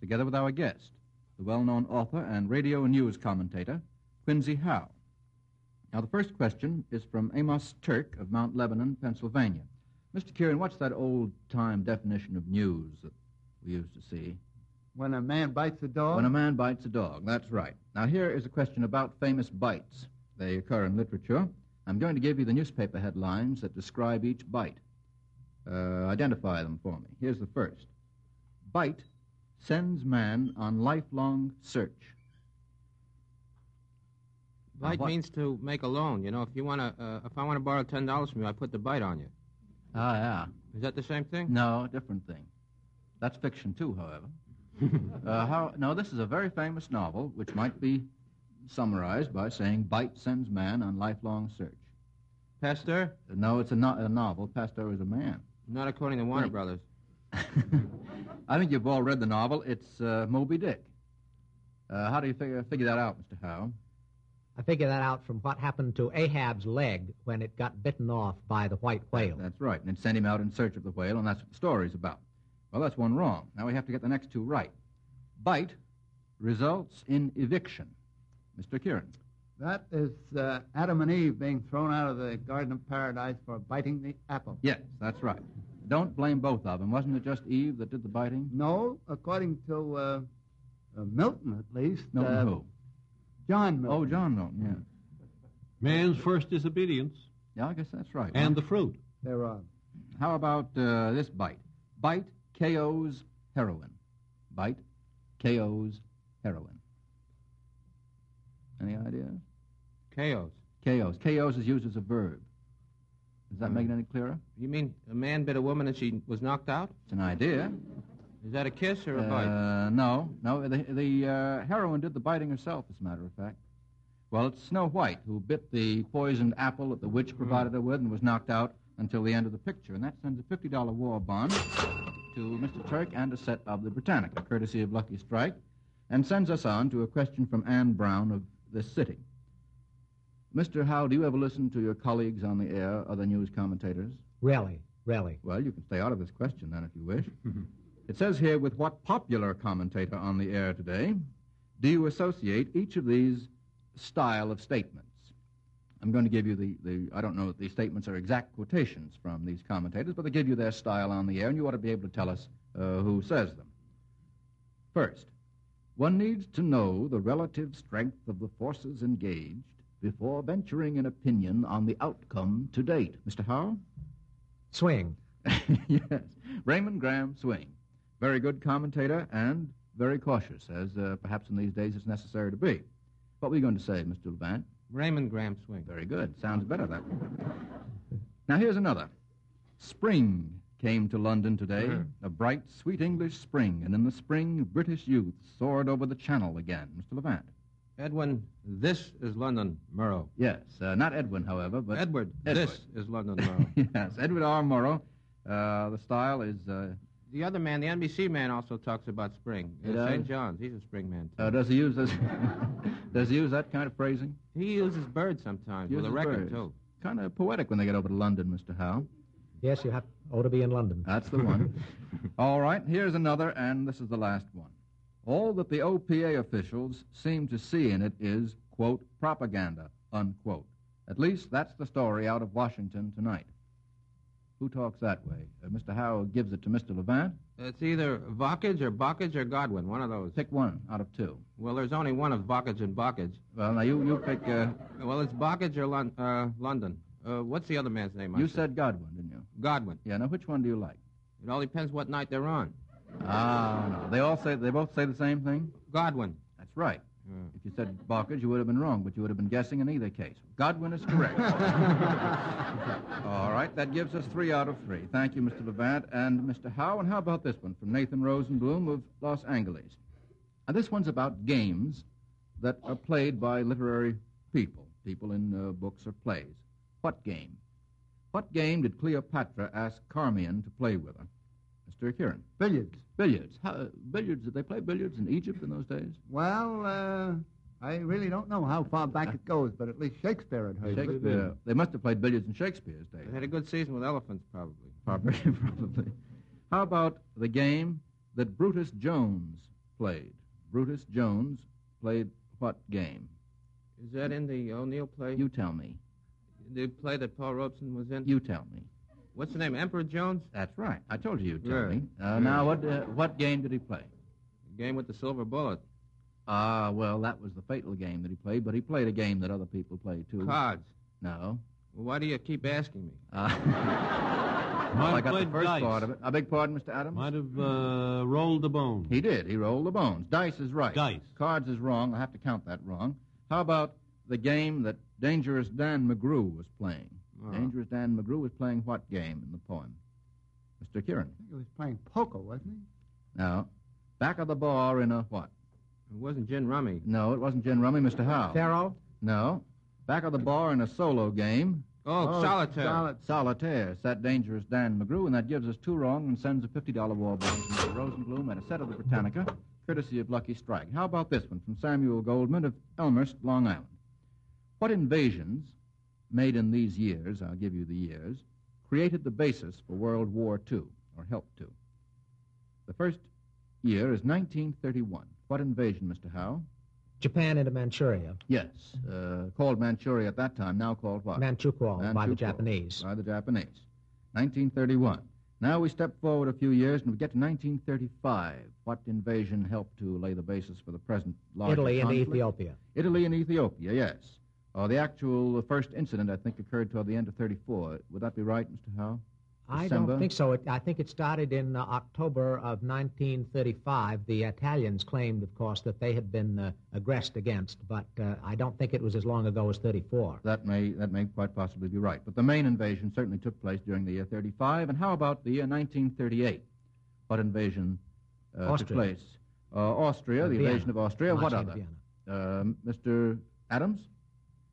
S2: together with our guest, the well known author and radio and news commentator, Quincy Howe. Now, the first question is from Amos Turk of Mount Lebanon, Pennsylvania. Mr. Kieran, what's that old time definition of news that we used to see?
S4: When a man bites a dog.
S2: When a man bites a dog, that's right. Now, here is a question about famous bites. They occur in literature. I'm going to give you the newspaper headlines that describe each bite. Uh, identify them for me. Here's the first Bite sends man on lifelong search.
S3: Bite
S2: what-
S3: means to make a loan. You know, if you want to, uh, if I want to borrow ten dollars from you, I put the bite on you.
S2: Ah, yeah.
S3: Is that the same thing?
S2: No, different thing. That's fiction, too, however. uh, how, no, this is a very famous novel which might be summarized by saying Bite sends man on lifelong search.
S3: Pasteur?
S2: No, it's a, no- a novel. Pasteur is a man.
S3: Not according to Warner
S2: Wait.
S3: Brothers.
S2: I think you've all read the novel. It's uh, Moby Dick. Uh, how do you figure, figure that out, Mr. Howe?
S8: I figure that out from what happened to Ahab's leg when it got bitten off by the white whale.
S2: That's right. And it sent him out in search of the whale, and that's what the story's about. Well, that's one wrong. Now we have to get the next two right. Bite results in eviction. Mr. Kieran.
S4: That is uh, Adam and Eve being thrown out of the Garden of Paradise for biting the apple.
S2: Yes, that's right. Don't blame both of them. Wasn't it just Eve that did the biting?
S4: No, according to uh, uh, Milton, at least.
S2: No,
S4: uh,
S2: who?
S4: John Milton.
S2: Oh, John Milton,
S5: Man's first disobedience
S2: yeah. Yeah, I guess that's right.
S5: and the fruit.
S4: They're on.
S2: How about uh, this bite? Bite KO's heroin. Bite KO's heroin. Any idea?
S3: Chaos.
S2: KO's. KO's is used as a verb. Does that make it any clearer?
S3: You mean a man bit a woman and she was knocked out?
S2: It's an idea.
S3: Is that a kiss or a bite?
S2: Uh, no, no. The, the uh, heroine did the biting herself, as a matter of fact. Well, it's Snow White who bit the poisoned apple that the witch provided her with and was knocked out until the end of the picture. And that sends a $50 war bond to Mr. Turk and a set of the Britannica, courtesy of Lucky Strike, and sends us on to a question from Anne Brown of this city. Mr. Howe, do you ever listen to your colleagues on the air, other news commentators?
S8: Really, really.
S2: Well, you can stay out of this question then if you wish. it says here with what popular commentator on the air today do you associate each of these style of statements? I'm going to give you the, the I don't know if these statements are exact quotations from these commentators, but they give you their style on the air, and you ought to be able to tell us uh, who says them. First, one needs to know the relative strength of the forces engaged before venturing an opinion on the outcome to date. Mr. Howe?
S8: Swing.
S2: yes. Raymond Graham Swing. Very good commentator and very cautious, as uh, perhaps in these days it's necessary to be. What were you going to say, Mr. Levant?
S3: Raymond Graham swing.
S2: Very good. Sounds better, that one. now, here's another. Spring came to London today,
S3: Uh-huh.
S2: a bright, sweet English spring, and in the spring, British youth soared over the channel again. Mr. Levant.
S3: Edwin, this is London Murrow.
S2: Yes, uh, not Edwin, however, but.
S3: Edward,
S2: Edward.
S3: this is London Murrow.
S2: yes, Edward R. Morrow. Uh, the style is. Uh,
S3: the other man, the NBC man, also talks about spring.
S2: He
S3: Uh, St.
S2: does?
S3: John's. He's a spring man. too.
S2: uh, does he use this? does he use that kind of phrasing?
S3: he uses birds sometimes with a record, too.
S2: Kind of poetic when they get over to London, Mr. Howe.
S8: Yes, you have ought to be in London.
S2: That's the one. All right, here's another, and this is the last one. All that the OPA officials seem to see in it is, quote, propaganda, unquote. At least that's the story out of Washington tonight. Who talks that way? Uh, Mr. Howe gives it to Mr. Levant.
S3: It's either Vockage or Bockage or Godwin, one of those.
S2: Pick one out of two.
S3: Well, there's only one of Vockage and Bockage.
S2: Well, now you, you pick. Uh,
S3: Well, it's Bockage or Lon- uh, London. Uh, what's the other man's name? I
S2: you said Godwin, didn't you?
S3: Godwin.
S2: Yeah. Now which one do you like?
S3: It all depends what night they're on.
S2: Ah, no. They all say they both say the same thing.
S3: Godwin.
S2: That's right. If you said Barkers, you would have been wrong, but you would have been guessing in either case. Godwin is correct. All right, that gives us three out of three. Thank you, Mr. Levant and Mr. Howe. And how about this one from Nathan Rosenblum of Los Angeles? Now, this one's about games that are played by literary people, people in uh, books or plays. What game? What game did Cleopatra ask Carmion to play with her? Mr. Kieran.
S4: Billiards.
S2: Billiards. How, uh, billiards, did they play billiards in Egypt in those days?
S4: Well, uh, I really don't know how far back it goes, but at least Shakespeare had heard of it.
S2: Shakespeare. They must have played billiards in Shakespeare's day.
S3: They had a good season with elephants, probably.
S2: Probably. probably. How about the game that Brutus Jones played? Brutus Jones played what game?
S3: Is that in the O'Neill play?
S2: You tell me.
S3: the play that Paul Robeson was in?
S2: You tell me.
S3: What's the name? Emperor Jones?
S2: That's right. I told you you'd tell
S3: Yeah.
S2: me. Uh, Now, what, uh, what game did he play?
S3: Game with the silver bullet.
S2: Ah, well, that was the fatal game that he played, but he played a game that other people played, too.
S3: Cards.
S2: No.
S3: Why do you keep asking me?
S2: Well,
S5: Might
S2: I
S5: have
S2: got the
S5: played
S2: first
S5: dice.
S2: part of it. I beg pardon, Mr. Adams?
S5: Might have uh, rolled the bone.
S2: He did. He rolled the bones. Dice is right.
S5: Dice.
S2: Cards is wrong. I have to count that wrong. How about the game that Dangerous Dan McGrew was playing? Dangerous Dan McGrew was playing what game in the poem? Mr. Kieran.
S4: He was playing poker, wasn't he?
S2: Now, back of the bar in a what?
S3: It wasn't gin rummy.
S2: No, it wasn't Gin Rummy, Mr. Howe.
S8: Pharaoh?
S2: No. Back of the bar in a solo game.
S3: Oh, solitaire.
S2: Solitaire. Sat Dangerous Dan McGrew, and that gives us two wrong and sends a $50 war bonus to Mr. Rosenblum and a set of the Britannica, courtesy of Lucky Strike. How about this one from Samuel Goldman of Elmhurst, Long Island? What invasions, made in these years, I'll give you the years, created the basis for World War II, or helped to? The first year is 1931. What invasion, Mr. Howe?
S8: Japan into Manchuria.
S2: Yes, uh, called Manchuria at that time, now called what?
S8: Manchukuo by the
S2: Manchukuo,
S8: Japanese.
S2: By the Japanese. 1931. Now we step forward a few years and we get to 1935. What invasion helped to lay the basis for the present larger
S8: Italy and
S2: conflict?
S8: Ethiopia.
S2: Italy and Ethiopia, yes. Uh, the actual first incident, I think, occurred toward the end of 34. Would that be right, Mr. Howe?
S8: I
S2: December?
S8: don't think so. It, I think it started in uh, October of 1935. The Italians claimed, of course, that they had been uh, aggressed against, but uh, I don't think it was as long ago as 34.
S2: That may that may quite possibly be right. But the main invasion certainly took place during the year 35. And how about the year 1938? What invasion uh, took
S8: Austria.
S2: place? Uh, Austria, the
S8: Vienna.
S2: invasion of Austria. What
S8: Marching
S2: other?
S8: Vienna.
S2: Uh, Mr. Adams?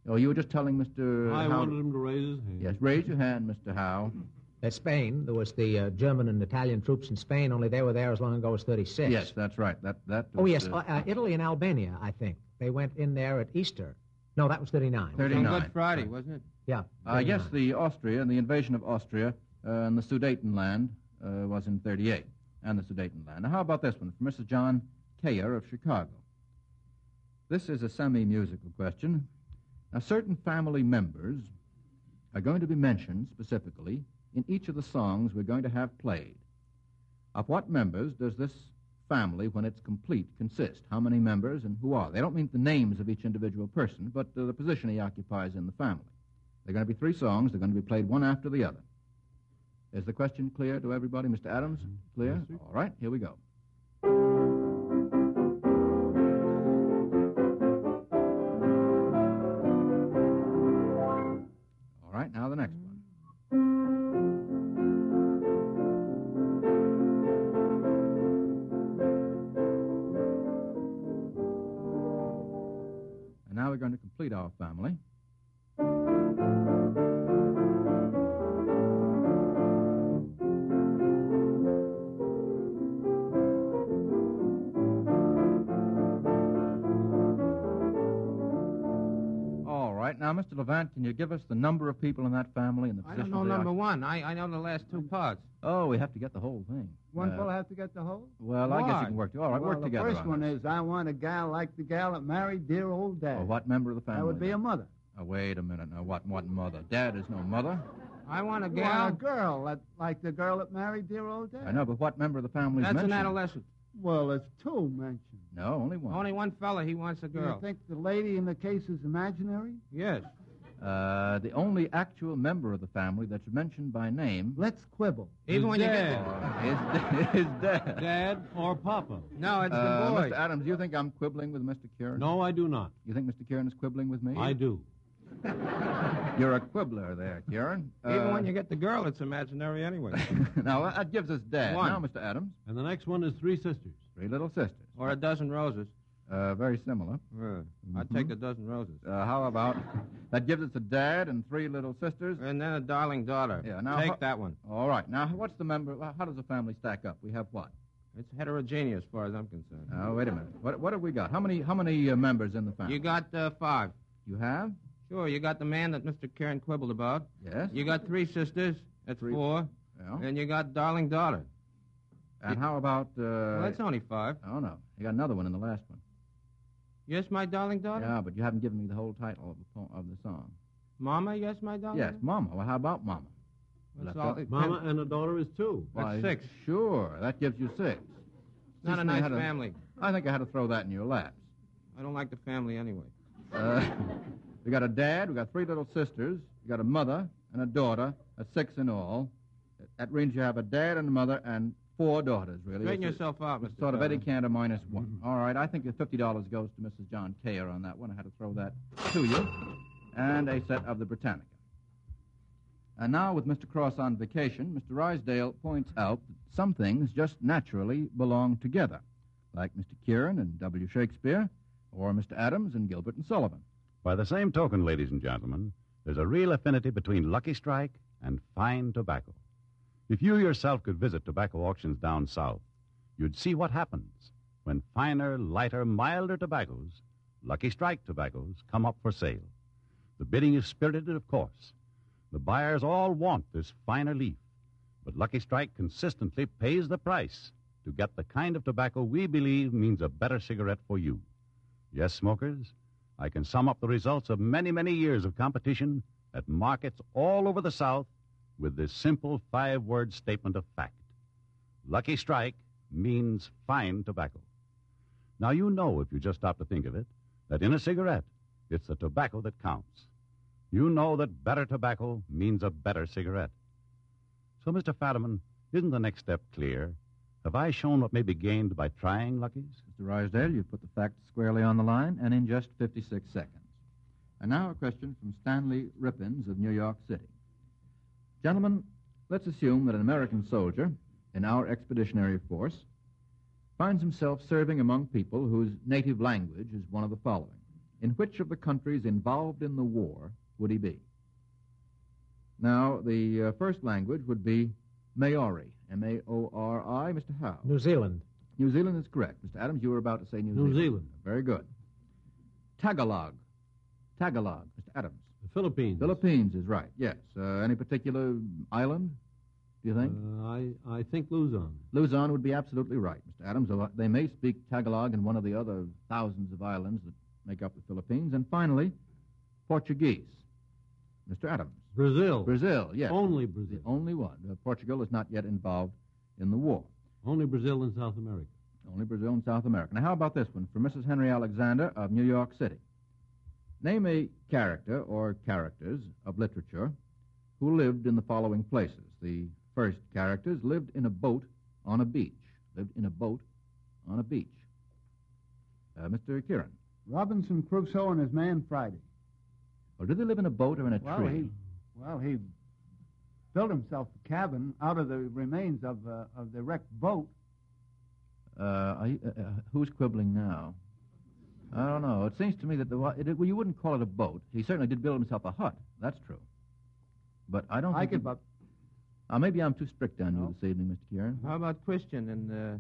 S2: Oh, you were just telling Mr.
S5: I
S2: Howe-
S5: wanted him to raise his hand.
S2: Yes, raise your hand, Mr. Howe.
S8: Uh, Spain, there was the uh, German and Italian troops in Spain, only they were there as long ago as 36.
S2: Yes, that's right. That that.
S8: Oh,
S2: was,
S8: yes,
S2: uh,
S8: uh, uh, Italy and Albania, I think. They went in there at Easter. No, that was 39.
S3: It was
S2: 39.
S3: On Good Friday, wasn't it?
S8: Yeah.
S2: Uh, yes,
S8: 39.
S2: the Austria and the invasion of Austria uh, and the Sudetenland uh, was in 38, and the Sudetenland. Now, how about this one from Mrs. John Kayer of Chicago? This is a semi-musical question. Now, certain family members are going to be mentioned specifically in each of the songs we're going to have played. Of what members does this family, when it's complete, consist? How many members and who are they? I don't mean the names of each individual person, but uh, the position he occupies in the family. They're going to be three songs. They're going to be played one after the other. Is the question clear to everybody, Mr. Adams? Clear? All right, here we go. All right, now the next one. And now we're going to complete our family. All right. Now, Mr. Levant, can you give us the number of people in that family and the
S3: I
S2: position?
S3: don't know number one. I, I know the last two parts.
S2: Oh, we have to get the whole thing.
S4: One
S2: Uh,
S4: fellow has to get the whole?
S2: Well, I guess
S3: Why?
S2: you can work. All right,
S4: well,
S2: work together.
S4: The first
S2: on
S4: one
S2: that.
S4: is I want a gal like the gal that married dear old dad.
S2: Well, Oh, what member of the family?
S4: That would be a
S2: then?
S4: mother.
S2: Oh, wait a minute. Now, what? What mother? Dad is no mother.
S3: I want a
S4: You want a
S3: gal.
S4: girl that, like the girl that married dear old dad.
S2: I know, but what member of the family is
S3: That's an
S2: mentioned?
S3: adolescent.
S4: Well, it's two mentioned.
S2: No, only one.
S3: Only one fella. He wants a
S4: Do
S3: girl.
S4: you think the lady in the case is imaginary?
S3: Yes.
S2: Uh, the only actual member of the family that's mentioned by name
S4: Let's quibble.
S3: Even when you get.
S5: Dad.
S2: is, is Dad.
S5: Dad or Papa?
S3: The, no, it's
S2: Uh,
S3: the boy.
S2: Mr. Adams, do you think I'm quibbling with Mr. Kieran?
S5: No, I do not.
S2: You think Mr. Kieran is quibbling with me?
S5: I do.
S2: You're a quibbler there, Kieran.
S3: Even
S2: Uh,
S3: when you get the girl, it's imaginary anyway.
S2: now, that gives us Dad.
S3: One.
S2: Now, Mr. Adams,
S5: And the next one is Three Sisters.
S2: three little sisters.
S3: or a dozen roses.
S2: Uh, very similar.
S3: I'd take a dozen roses.
S2: Uh, how about that gives us a dad and three little sisters?
S3: And then a darling daughter.
S2: Yeah, now ho-
S3: take that one.
S2: All right. Now, what's the member? How does the family stack up? We have what?
S3: It's heterogeneous, as far as I'm concerned.
S2: Oh, wait a minute. What, what have we got? How many how many uh, members in the family?
S3: You got uh, five.
S2: You have?
S3: Sure, you got the man that Mr. Karen quibbled about.
S2: Yes.
S3: You got three sisters. That's
S2: Three- Oh.
S3: four.
S2: Yeah.
S3: And you got darling daughter.
S2: And how about? Uh,
S3: Well, that's only five.
S2: oh no, you got another one in the last one.
S3: Yes, my darling daughter.
S2: Yeah, but you haven't given me the whole title of the po- of the song.
S3: Mama, yes, my darling.
S2: Yes, Mama. Well, how about Mama?
S3: That's
S2: Left
S3: all.
S2: out.
S3: it-
S5: Mama and a daughter is two.
S3: That's
S2: Why,
S3: six.
S2: Sure, that gives you six.
S3: Not a
S2: Teach me
S3: nice
S2: how to-
S3: family.
S2: I think I had to throw that in your laps.
S3: I don't like the family anyway.
S2: Uh, We got a dad, we got three little sisters, we got a mother and a daughter, that's six in all. That means you have a dad and a mother and four daughters, really.
S3: Straighten
S2: It's a-
S3: yourself out, Mr.
S2: Sort of
S3: Feller.
S2: Eddie Cantor minus one. All right, I think the fifty dollars goes to Mrs. John Kayer on that one. I had to throw that to you, and a set of the Britannica. And now, with Mr. Cross on vacation, Mr. Rysdale points out that some things just naturally belong together, like Mr. Kieran and W. Shakespeare, or Mr. Adams and Gilbert and Sullivan.
S7: By the same token, ladies and gentlemen, there's a real affinity between Lucky Strike and fine tobacco. If you yourself could visit tobacco auctions down south, you'd see what happens when finer, lighter, milder tobaccos, Lucky Strike tobaccos, come up for sale. The bidding is spirited, of course. The buyers all want this finer leaf, but Lucky Strike consistently pays the price to get the kind of tobacco we believe means a better cigarette for you. Yes, smokers, I can sum up the results of many, many years of competition at markets all over the South with this simple five word statement of fact Lucky Strike means fine tobacco. Now, you know, if you just stop to think of it, that in a cigarette, it's the tobacco that counts. You know that better tobacco means a better cigarette. So, Mr. Fadiman, isn't the next step clear? Have I shown what may be gained by trying Lucky's?
S2: Mr. Rysdale, you've put the facts squarely on the line, and in just 56 seconds. And now a question from Stanley Rippins of New York City. Gentlemen, let's assume that an American soldier in our expeditionary force finds himself serving among people whose native language is one of the following. In which of the countries involved in the war would he be? Now, the uh, first language would be Maori, M A O R I. Mr. Howe.
S8: New Zealand,
S2: New Zealand is correct. Mr. Adams, you were about to say New,
S5: New Zealand.
S2: Very good. Tagalog. Tagalog, Mr. Adams.
S5: The Philippines.
S2: Philippines is right, yes. Uh, any particular island, do you think?
S5: Uh, I, I think Luzon.
S2: Luzon would be absolutely right, Mr. Adams. although They may speak Tagalog in one of the other thousands of islands that make up the Philippines. And finally, Portuguese. Mr. Adams.
S5: Brazil.
S2: Brazil, yes.
S5: Only
S2: The
S5: Brazil.
S2: only one. Uh, Portugal is not yet involved in the war.
S5: Only Brazil in South America.
S2: Only Brazil and South America. Now, how about this one for Mrs. Henry Alexander of New York City? Name a character or characters of literature who lived in the following places. The first characters lived in a boat on a beach. Lived in a boat on a beach. Uh, Mr. Kieran.
S4: Robinson Crusoe and his man Friday.
S2: Well, did they live in a boat or in a
S4: Well,
S2: tree?
S4: he, well, he built himself a cabin out of the remains of, uh, of the wrecked boat.
S2: Uh, are you- uh, uh, who's quibbling now? I don't know. It seems to me that the wa- it, it- well, you wouldn't call it a boat. He certainly did build himself a hut. That's true. But I don't.
S4: I
S2: think he-
S4: give up.
S2: Uh, maybe I'm too strict on
S4: No.
S2: you this evening, Mr. Kieran.
S3: How about Christian in the,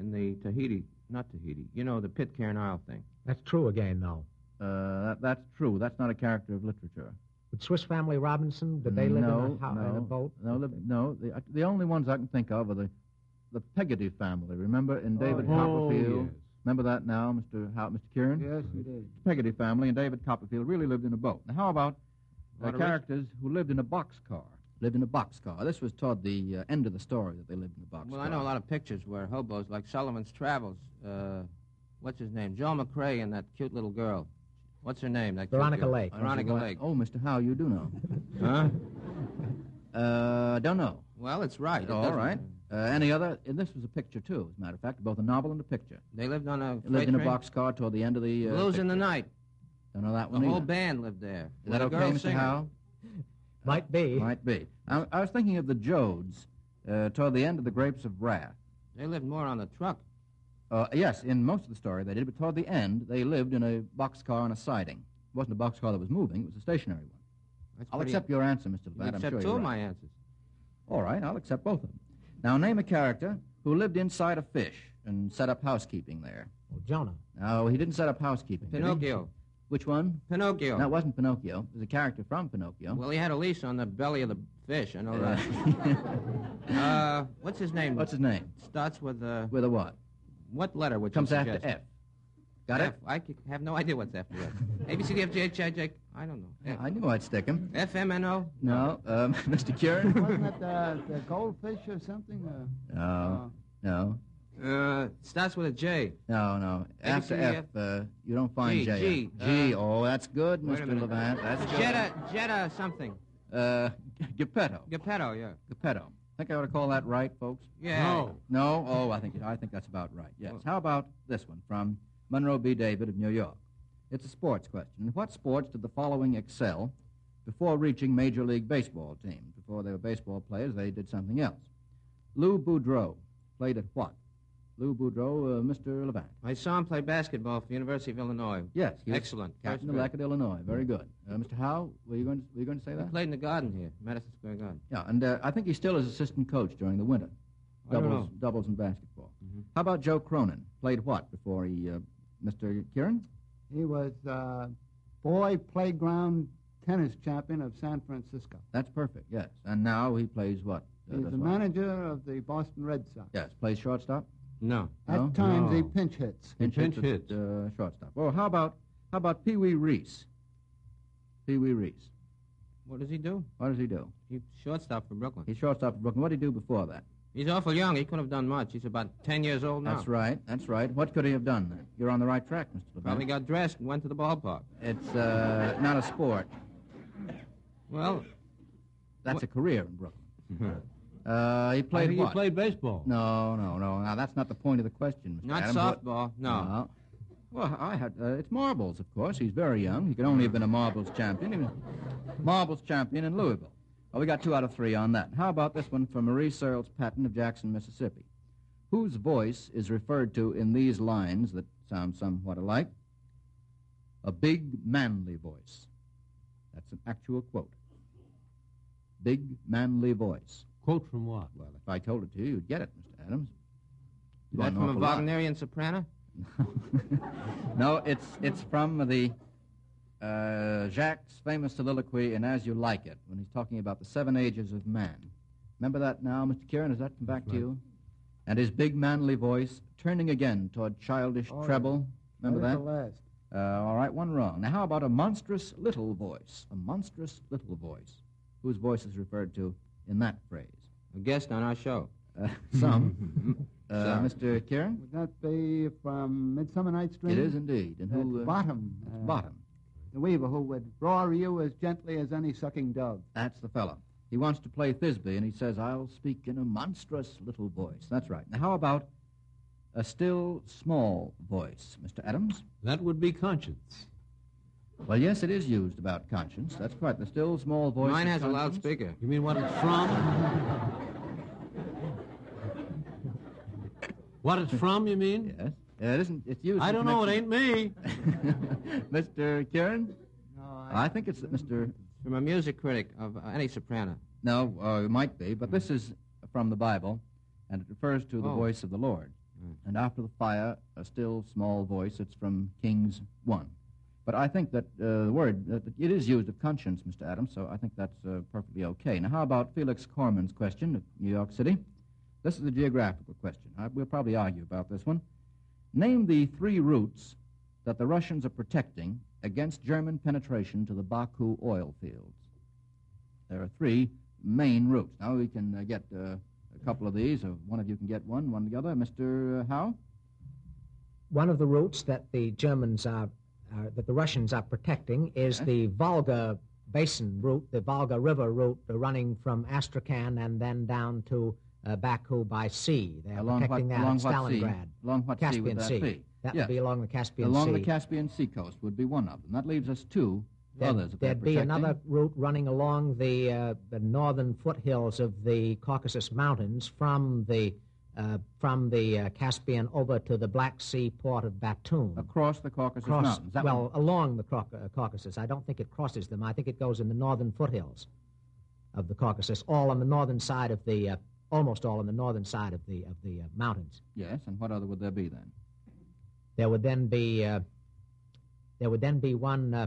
S3: in the Tahiti, not Tahiti, you know, the Pitcairn Isle thing?
S8: that's true again, though.
S2: Uh, that, that's true. That's not a character of literature.
S8: Would Swiss Family Robinson, did they live in,
S2: no,
S8: a, ho-
S2: no,
S8: in a boat?
S2: No, the, no. The, uh, the only ones I can think of are the the Peggotty family. Remember in David
S5: yes. Oh,
S2: Copperfield.
S5: yes.
S2: Remember that now, Mr. How, Mr. Kieran.
S4: Yes, he did.
S2: The Peggotty family and David Copperfield really lived in a boat. Now, how about uh,
S3: Lot of
S2: characters who lived in a boxcar? Lived in a boxcar. This was toward the uh, end of the story that they lived in a boxcar.
S3: Well, I know a lot of pictures where hobos, like Sullivan's Travels, uh, what's his name? Joe McRae and that cute little girl. What's her name? That cute
S8: Veronica
S3: girl?
S8: Lake.
S3: Veronica Lake.
S2: Oh, Mr. Howe, you do know.
S3: Huh?
S2: uh, don't know.
S3: Well, it's right. It
S2: All
S3: doesn't-
S2: right. Uh, any other? And this was a picture too, as a matter of fact, both a novel and a picture.
S3: They lived on
S2: It
S3: a
S2: lived
S3: freight
S2: in a
S3: train.
S2: boxcar toward the end of the. Uh,
S3: Blues in
S2: picture.
S3: the night.
S2: Don't know that
S3: The
S2: one
S3: whole
S2: either.
S3: band lived there.
S2: Is that
S3: With a
S2: okay,
S3: girl
S2: Mr.
S3: singer.
S2: Howe?
S8: Might be.
S2: Might be. I, I was thinking of the Jodes uh, toward the end of the Grapes of Wrath.
S3: They lived more on a truck.
S2: Uh, yes, in most of the story they did, but toward the end they lived in a boxcar on a siding. It wasn't a boxcar that was moving; it was a stationary one.
S3: That's
S2: I'll
S3: pretty-
S2: accept your answer, Mr.
S3: You
S2: Levant. I'm
S3: accept
S2: sure
S3: two
S2: you're
S3: of
S2: right.
S3: my answers.
S2: All right, I'll accept both of them. Now name a character who lived inside a fish and set up housekeeping there.
S8: Oh, Jonah.
S2: No, he didn't set up housekeeping. did he?
S3: Pinocchio.
S2: Which one?
S3: Pinocchio.
S2: No, it wasn't Pinocchio. It was a character from Pinocchio.
S3: Well, he had a lease on the belly of the fish. I know that. uh, what's his name?
S2: What's his name?
S3: Starts with uh,
S2: With a what?
S3: what letter? Which
S2: Comes after F. Got
S3: F.
S2: it?
S3: I c- have no idea what's after F. A B C D F G H I J. I don't know. F.
S2: I knew I'd stick him.
S3: F M N O.
S2: No, um, Mr. Curran?
S4: Wasn't it uh, the goldfish or something? Uh,
S2: no, no.
S3: Uh, starts with a J.
S2: No, no. After F, uh, you don't find
S3: G,
S2: J.
S3: G,
S2: G.
S3: uh,
S2: oh, that's good,
S3: Wait a
S2: Mr.
S3: minute.
S2: Levant. That's good.
S3: Jetta, Jetta something.
S2: Uh, Geppetto.
S3: Geppetto, yeah.
S2: Geppetto. Think I ought to call that right, folks?
S3: Yeah.
S5: No.
S2: No? Oh, I think I think that's about right. Yes.
S3: Well-
S2: How about this one from Monroe B. David of New York? It's a sports question. In what sports did the following excel before reaching Major League Baseball teams? Before they were baseball players, they did something else. Lou Boudreau played at what? Lou Boudreau, uh, Mr. Levant.
S3: I saw him play basketball for the University of Illinois.
S2: Yes. he was
S3: Excellent.
S2: Captain
S3: First grade.
S2: elect at Illinois. Very good. Uh, Mr. Howe, were you going to, were you going to say
S3: He
S2: that?
S3: played in the garden here, Madison Square Garden.
S2: Yeah, and uh, I think he still is assistant coach during the winter.
S3: I don't
S2: Doubles, doubles in basketball. How about Joe Cronin? Played what before he, uh, Mr. Kieran?
S4: He was uh, boy playground tennis champion of San Francisco.
S2: That's perfect. Yes, and now he plays what? Uh,
S4: He's
S2: that's
S4: the
S2: what-
S4: manager of the Boston Red Sox.
S2: Yes, plays shortstop.
S3: No.
S2: No?
S4: At times he
S5: No.
S4: pinch hits.
S5: Pinch
S2: hits
S5: hit.
S2: at, Uh, shortstop. Well, how about how about Pee Wee Reese? Pee Wee Reese.
S3: What does he do?
S2: What does he do?
S3: He's shortstop for Brooklyn.
S2: He's shortstop for Brooklyn. What did he do before that?
S3: He's awful young. He couldn't have done much. He's about 10 years old now.
S2: That's right. That's right. What could he have done then? You're on the right track, Mr. Levant.
S3: Probably got dressed and went to the ballpark.
S2: It's uh, not a sport.
S3: Well,
S2: That's
S3: What- Mm-hmm.
S2: a career in Brooklyn. uh, he
S5: I
S2: played
S5: think
S2: what?
S5: he played baseball.
S2: No, no, no. Now that's not the point of the question, Mr.
S3: not
S2: Adams. What-
S3: softball. No.
S2: Well, I had uh, it's marbles, of course. He's very young. He could only have been a marbles champion. He was marbles champion in Louisville. Well, we got two out of three on that. How about this one from Marie Searles Patton of Jackson, Mississippi? Whose voice is referred to in these lines that sound somewhat alike? A big, manly voice. That's an actual quote. Big, manly voice.
S5: Quote from what?
S2: Well, if I told it to you, you'd get it, Mr. Adams. You
S3: That's
S2: know an
S3: from a
S2: awful lot.
S3: Wagnerian soprano?
S2: No, it's it's from the uh, Jacques' famous soliloquy in As You Like It, when he's talking about the seven ages of man. Remember that now, Mr. Kieran? Has that come back to you? And his big manly voice turning again toward childish
S4: Oh, yeah.
S2: treble. Remember
S4: There's
S2: that?
S4: The last.
S2: Uh, all right, one wrong. Now, how about a monstrous little voice? A monstrous little voice. Whose voice is referred to in that phrase?
S3: A guest on our show.
S2: Uh, some. uh,
S3: Some.
S2: Mr. Kieran?
S4: Would that be from Midsummer Night's Dream?
S2: It is indeed. And who?
S4: That's
S2: uh,
S4: Bottom. uh,
S2: Bottom.
S4: The weaver who would roar you as gently as any sucking dove.
S2: That's the fellow. He wants to play Thisbe, and he says, I'll speak in a monstrous little voice. That's right. Now, how about a still small voice, Mr. Adams?
S5: That would be conscience.
S2: Well, yes, it is used about conscience. That's quite the still small voice.
S3: Mine
S2: of
S3: has a
S2: conscience.
S3: loudspeaker.
S5: You mean what it's from? what it's from, you mean?
S2: Yes. Uh, it isn't. It's used.
S5: I
S2: in
S5: don't know. It ain't
S2: connection-
S5: me.
S2: Mr. Kieran?
S4: No,
S2: I think it's that Mr.
S3: From a music critic of uh, any soprano.
S2: No, uh, it might be, but this is from the Bible, and it refers to the
S3: Oh.
S2: voice of the Lord. And after the fire, a still small voice. It's from Kings 1. But I think that uh, the word, that it is used of conscience, Mr. Adams, so I think that's uh, perfectly okay. Now, how about Felix Corman's question of New York City? This is a geographical question. I, we'll probably argue about this one. Name the three routes that the Russians are protecting against German penetration to the Baku oil fields. There are three main routes. Now we can uh, get uh, a couple of these. Uh, one of you can get one, one the other. Mr. Uh, Howe?
S8: One of the routes that the Germans are, are that the Russians are protecting is the Volga Basin route, the Volga River route uh, running from Astrakhan and then down to uh, Baku by sea. They're protecting that
S2: along what
S8: at
S2: sea?
S8: Stalingrad.
S2: Along what sea would
S8: Caspian
S2: that
S8: Sea.
S2: be?
S8: That
S2: Yeah.
S8: would be along the Caspian
S2: along
S8: Sea.
S2: the Caspian Sea coast would be one of them. That leaves us two others. that they're
S8: There'd be another
S2: protecting.
S8: route running along the, uh, the northern foothills of the Caucasus Mountains from the uh, from the uh, Caspian over to the Black Sea port of Batum.
S2: across the Caucasus
S8: Cross-
S2: Mountains. That
S8: well,
S2: one-
S8: along the Cau- uh, Caucasus. I don't think it crosses them. I think it goes in the northern foothills of the Caucasus, all on the northern side of the, uh, almost all on the northern side of the of the uh, mountains.
S2: yes, and what other would there be then?
S8: There would then be uh, there would then be one uh,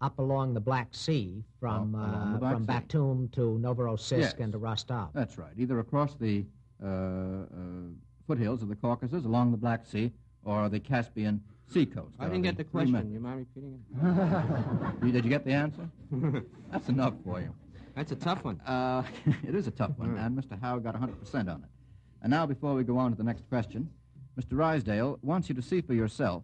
S8: up along the Black Sea from
S2: Up along the
S8: uh,
S2: Black
S8: from
S2: Sea.
S8: Batum to Novorossiysk
S2: Yes. Uh.
S8: and to Rostov.
S2: That's right. Either across the uh, uh, foothills of the Caucasus, along the Black Sea, or the Caspian Sea coast.
S3: I didn't
S2: Are
S3: get
S2: they
S3: the
S2: three
S3: question.
S2: men-
S3: You mind repeating it?
S2: You- Did you get the answer? That's enough for you.
S3: That's a tough one.
S2: Uh, it is a tough one, and Mr. Howe got 100% on it. And now, before we go on to the next question, Mr. Rysdale wants you to see for yourself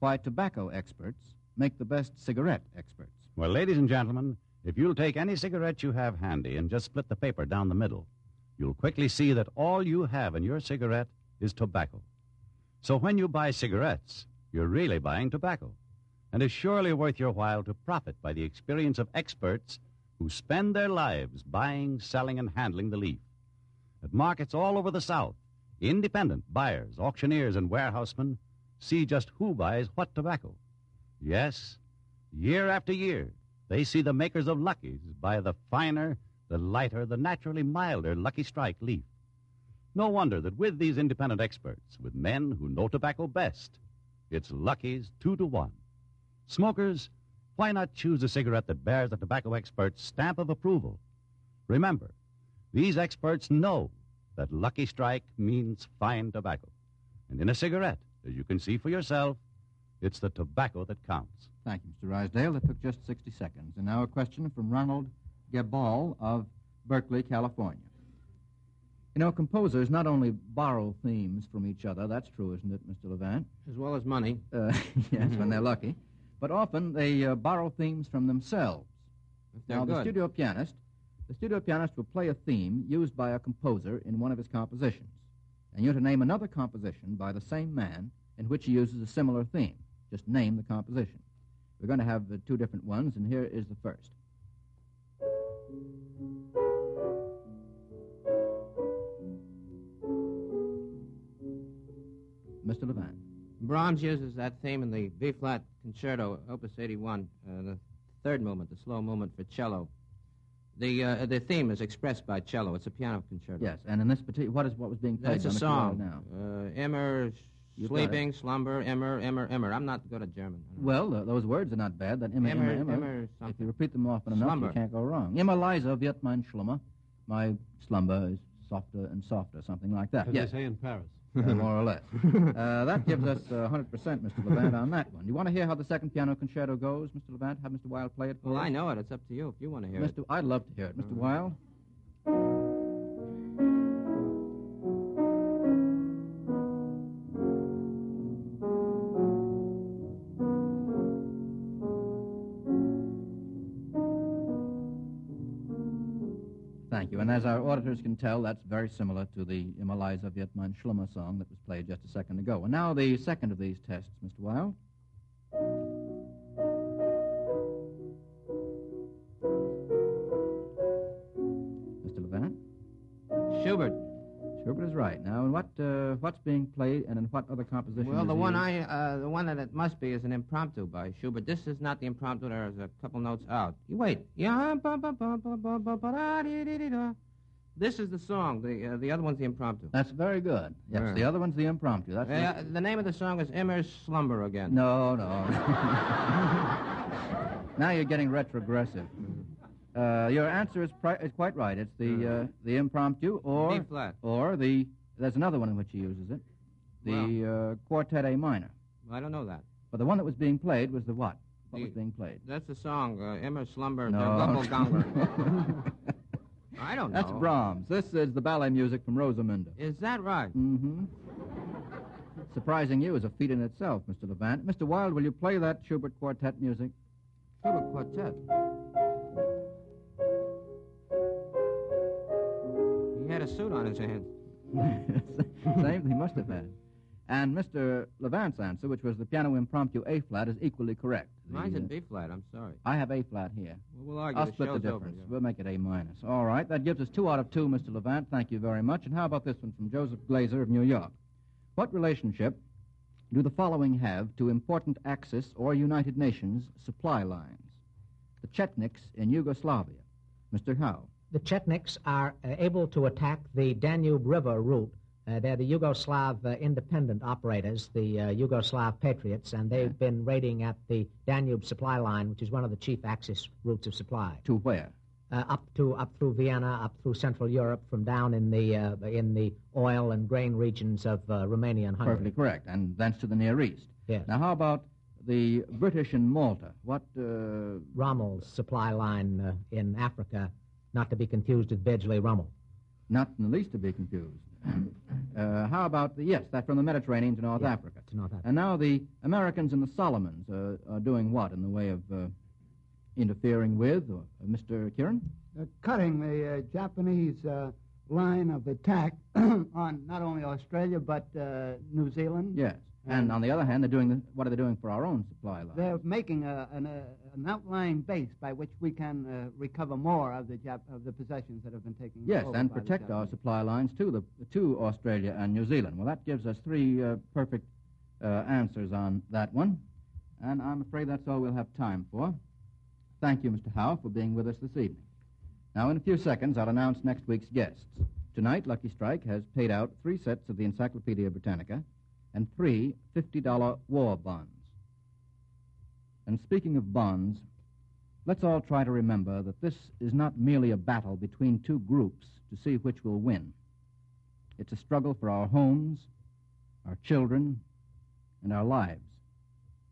S2: why tobacco experts make the best cigarette experts.
S7: Well, ladies and gentlemen, if you'll take any cigarette you have handy and just split the paper down the middle, you'll quickly see that all you have in your cigarette is tobacco. So when you buy cigarettes, you're really buying tobacco, and it's surely worth your while to profit by the experience of experts who spend their lives buying, selling, and handling the leaf. At markets all over the South, independent buyers, auctioneers, and warehousemen see just who buys what tobacco. Yes, year after year, they see the makers of Luckies buy the finer, the lighter, the naturally milder Lucky Strike leaf. No wonder that with these independent experts, with men who know tobacco best, it's Lucky's two to one. Smokers, why not choose a cigarette that bears the tobacco expert's stamp of approval? Remember, these experts know that Lucky Strike means fine tobacco. And in a cigarette, as you can see for yourself, it's the tobacco that counts.
S2: Thank you, Mr. Rysdale. That took just 60 seconds. And now a question from Ronald Gebal of Berkeley, California. You know, composers not only borrow themes from each other, that's true, isn't it, Mr. Levant?
S3: as well as money.
S2: Uh, yes, when they're lucky. But often they uh, borrow themes from themselves.
S3: If they're
S2: now, the
S3: good.
S2: studio pianist, the studio pianist will play a theme used by a composer in one of his compositions, and you're to name another composition by the same man in which he uses a similar theme. Just name the composition. We're going to have uh, two different ones, and here is the first. Mr. Levant.
S3: Brahms uses that theme in the B flat concerto, Opus 81, uh, the third movement, the slow movement for cello. The uh, the theme is expressed by cello. It's a piano concerto.
S2: Yes, and in this particular, what is what was being played?
S3: That's a
S2: on the
S3: song.
S2: piano now.
S3: Uh, Immer,
S2: You've got it.
S3: sleeping, slumber, Immer, Immer, Immer. I'm not good at German.
S2: Well, uh, those words are not bad. That Emma, Emma,
S3: Emmer-
S2: Emma.
S3: Emmer
S2: if
S3: something.
S2: you repeat them often enough,
S3: Slumber.
S2: you can't go wrong. Emma Liza wird mein Schlummer. My slumber is softer and softer, something like that.
S5: As
S2: Yes,
S5: they say in Paris.
S2: uh, more or less. Uh, that gives us uh, 100%, Mr. Levant, on that one. You want to hear how the second piano concerto goes, Mr. Levant? Have Mr. Wilde play it for
S3: Well,
S2: us?
S3: I know it. It's up to you if you want to hear it.
S2: Mr. I'd love to hear it. Mr. Wilde? Thank you. And as our auditors can tell, that's very similar to the Imaliza Vietman Schlummer song that was played just a second ago. And now the second of these tests, Mr. Wilde. Mr. Levant?
S3: Schubert.
S2: Schubert is right. Now, and what uh, what's being played, and in what other composition?
S3: Well,
S2: is
S3: the
S2: he
S3: one
S2: used?
S3: I, uh, the one that it must be is an impromptu by Schubert. This is not the impromptu. There is a couple notes out. You wait. Yeah. ba- ba- ba- ba- ba- ba- ba- da- dee- dee- dee- da. This is the song. The uh, the other one's the impromptu.
S2: That's very good. Yes,
S3: Yeah.
S2: the other one's the impromptu. That's
S3: Uh, the name of the song is Emmer's Slumber
S2: the...
S3: again.
S2: no, no. now you're getting retrogressive. Uh, your answer is, pri- is quite right. It's the
S3: Mm.
S2: uh, the impromptu, or
S3: B flat.
S2: or the there's another one in which he uses it, the uh, quartet A minor.
S3: I don't know that.
S2: But the one that was being played was the what? What
S3: The-
S2: was being played?
S3: That's the song uh, Emmer's Slumber.
S2: No.
S3: der Gumbelgunger. I don't know.
S2: That's Brahms. This is the ballet music from Rosamunde.
S3: Is that right?
S2: Mm-hmm. Surprising you is a feat in itself, Mr. Levant. Mr. Wilde, will you play that Schubert quartet music?
S3: Schubert Quartet. He had a suit on his hand.
S2: Same he must have had. And Mr. Levant's answer, which was the piano impromptu A flat, is equally correct. The,
S3: Mine's in
S2: uh,
S3: B flat. I'm sorry.
S2: I have A flat here.
S3: We'll we'll argue.
S2: I'll
S3: The
S2: split the
S3: show's over,
S2: difference.
S3: yeah.
S2: We'll make it A minus. All right. That gives us two out of two, Mr. Levant. Thank you very much. And how about this one from Joseph Glazer of New York? What relationship do the following have to important Axis or United Nations supply lines? The Chetniks in Yugoslavia. Mr. Howe.
S8: the Chetniks are uh, able to attack the Danube River route. Uh, they're the Yugoslav uh, independent operators, the uh, Yugoslav patriots, and they've been raiding at the Danube supply line, which is one of the chief Axis routes of supply,
S2: To where?
S8: uh, up to up through Vienna, up through Central Europe, from down in the uh, in the oil and grain regions of uh, Romania and Hungary.
S2: Perfectly correct. And thence to the Near East.
S8: Yes.
S2: Now, how about the British in Malta? What, uh,
S8: Rommel's supply line uh, in Africa, not to be confused with Bedgley Rommel.
S2: not in the least to be confused. Uh, how about the, yes, that from the Mediterranean to North
S8: Yeah,
S2: Africa.
S8: to North Africa.
S2: And now the Americans in the Solomons uh, are doing what in the way of uh, interfering with, or, uh, Mr. Kieran?
S4: uh, cutting the uh, Japanese uh, line of attack on not only Australia but uh, New Zealand.
S2: Yes. And on the other hand, they're doing the, what are they doing for our own supply line?
S4: They're making a, an, uh, an outlying base by which we can uh, recover more of the Jap- of the possessions that have been taken.
S2: Yes,
S4: over
S2: and
S4: by the
S2: protect our
S4: Japanese.
S2: supply lines to the to Australia and New Zealand. Well, that gives us three uh, perfect uh, answers on that one, and I'm afraid that's all we'll have time for. Thank you, Mr. Howe, for being with us this evening. Now, in a few seconds, I'll announce next week's guests. Tonight, Lucky Strike has paid out three sets of the Encyclopedia Britannica and three $50 war bonds. And speaking of bonds, Let's all try to remember that this is not merely a battle between two groups to see which will win. It's a struggle for our homes, our children, and our lives.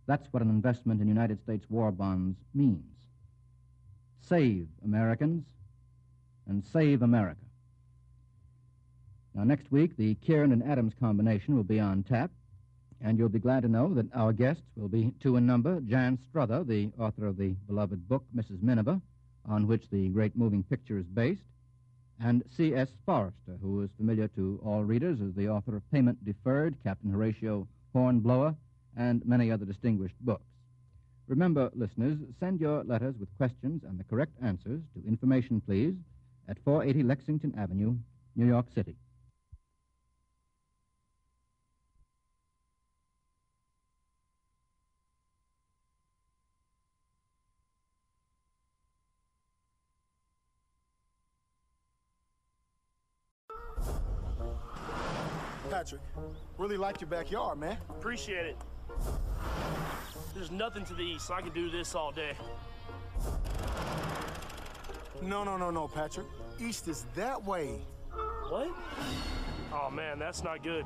S2: That's what an investment in United States war bonds means. Save Americans and save America. Now, next week, the Kieran and Adams combination will be on tap. And you'll be glad to know that our guests will be two in number Jan Struther, the author of the beloved book Mrs. Miniver, on which the great moving picture is based, and C.S. Forrester, who is familiar to all readers as the author of Payment Deferred, Captain Horatio Hornblower, and many other distinguished books. Remember, listeners, send your letters with questions and the correct answers to Information Please at 480 Lexington Avenue, New York City.
S9: Patrick, really like your backyard, man.
S10: Appreciate it. There's nothing to the east. I can do this all day.
S9: No, no, no, no, Patrick. East is that way.
S10: What? Oh man, that's not good.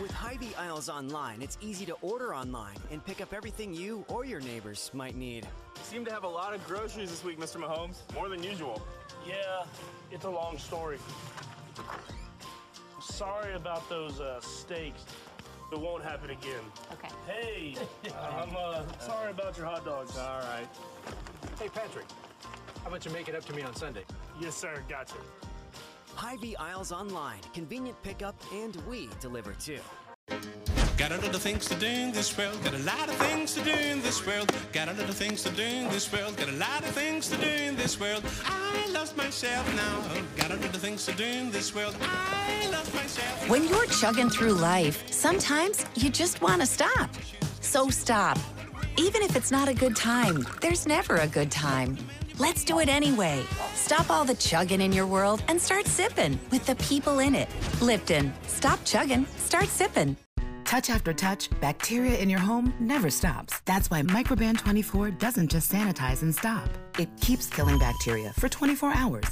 S11: With Hy-Vee Aisles Online, it's easy to order online and pick up everything you or your neighbors might need.
S12: Seem to have a lot of groceries this week, Mr. Mahomes. More than usual.
S10: Yeah, it's a long story. Sorry about those uh, steaks. It won't happen again.
S13: Okay.
S10: Hey, I'm uh, sorry about your hot dogs. All right.
S5: Hey, Patrick, how about you make it up to me on Sunday?
S10: Yes, sir. Gotcha.
S11: Hy-Vee Aisles Online, convenient pickup and we deliver too.
S14: Got a lot of things to do in this world. Got a lot of things to do in this world. Got a lot of things to do in this world. Got a lot of things to do in this world. I lost myself now. Got a lot of things to do in this world. I lost myself.
S13: When you're chugging through life, sometimes you just want to stop. So stop. Even if it's not a good time, there's never a good time. Let's do it anyway. Stop all the chugging in your world and start sipping with the people in it. Lipton, stop chugging, start sipping.
S15: Touch after touch, bacteria in your home never stops. That's why Microban 24 doesn't just sanitize and stop. It keeps killing bacteria for 24 hours.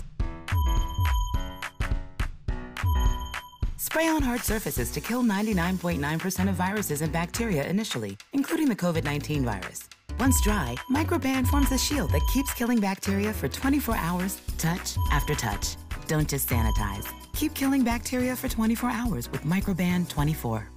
S15: Spray on hard surfaces to kill 99.9% of viruses and bacteria initially, including the COVID 19 virus. Once dry, Microban forms a shield that keeps killing bacteria for 24 hours, touch after touch. Don't just sanitize. Keep killing bacteria for 24 hours with Microban 24.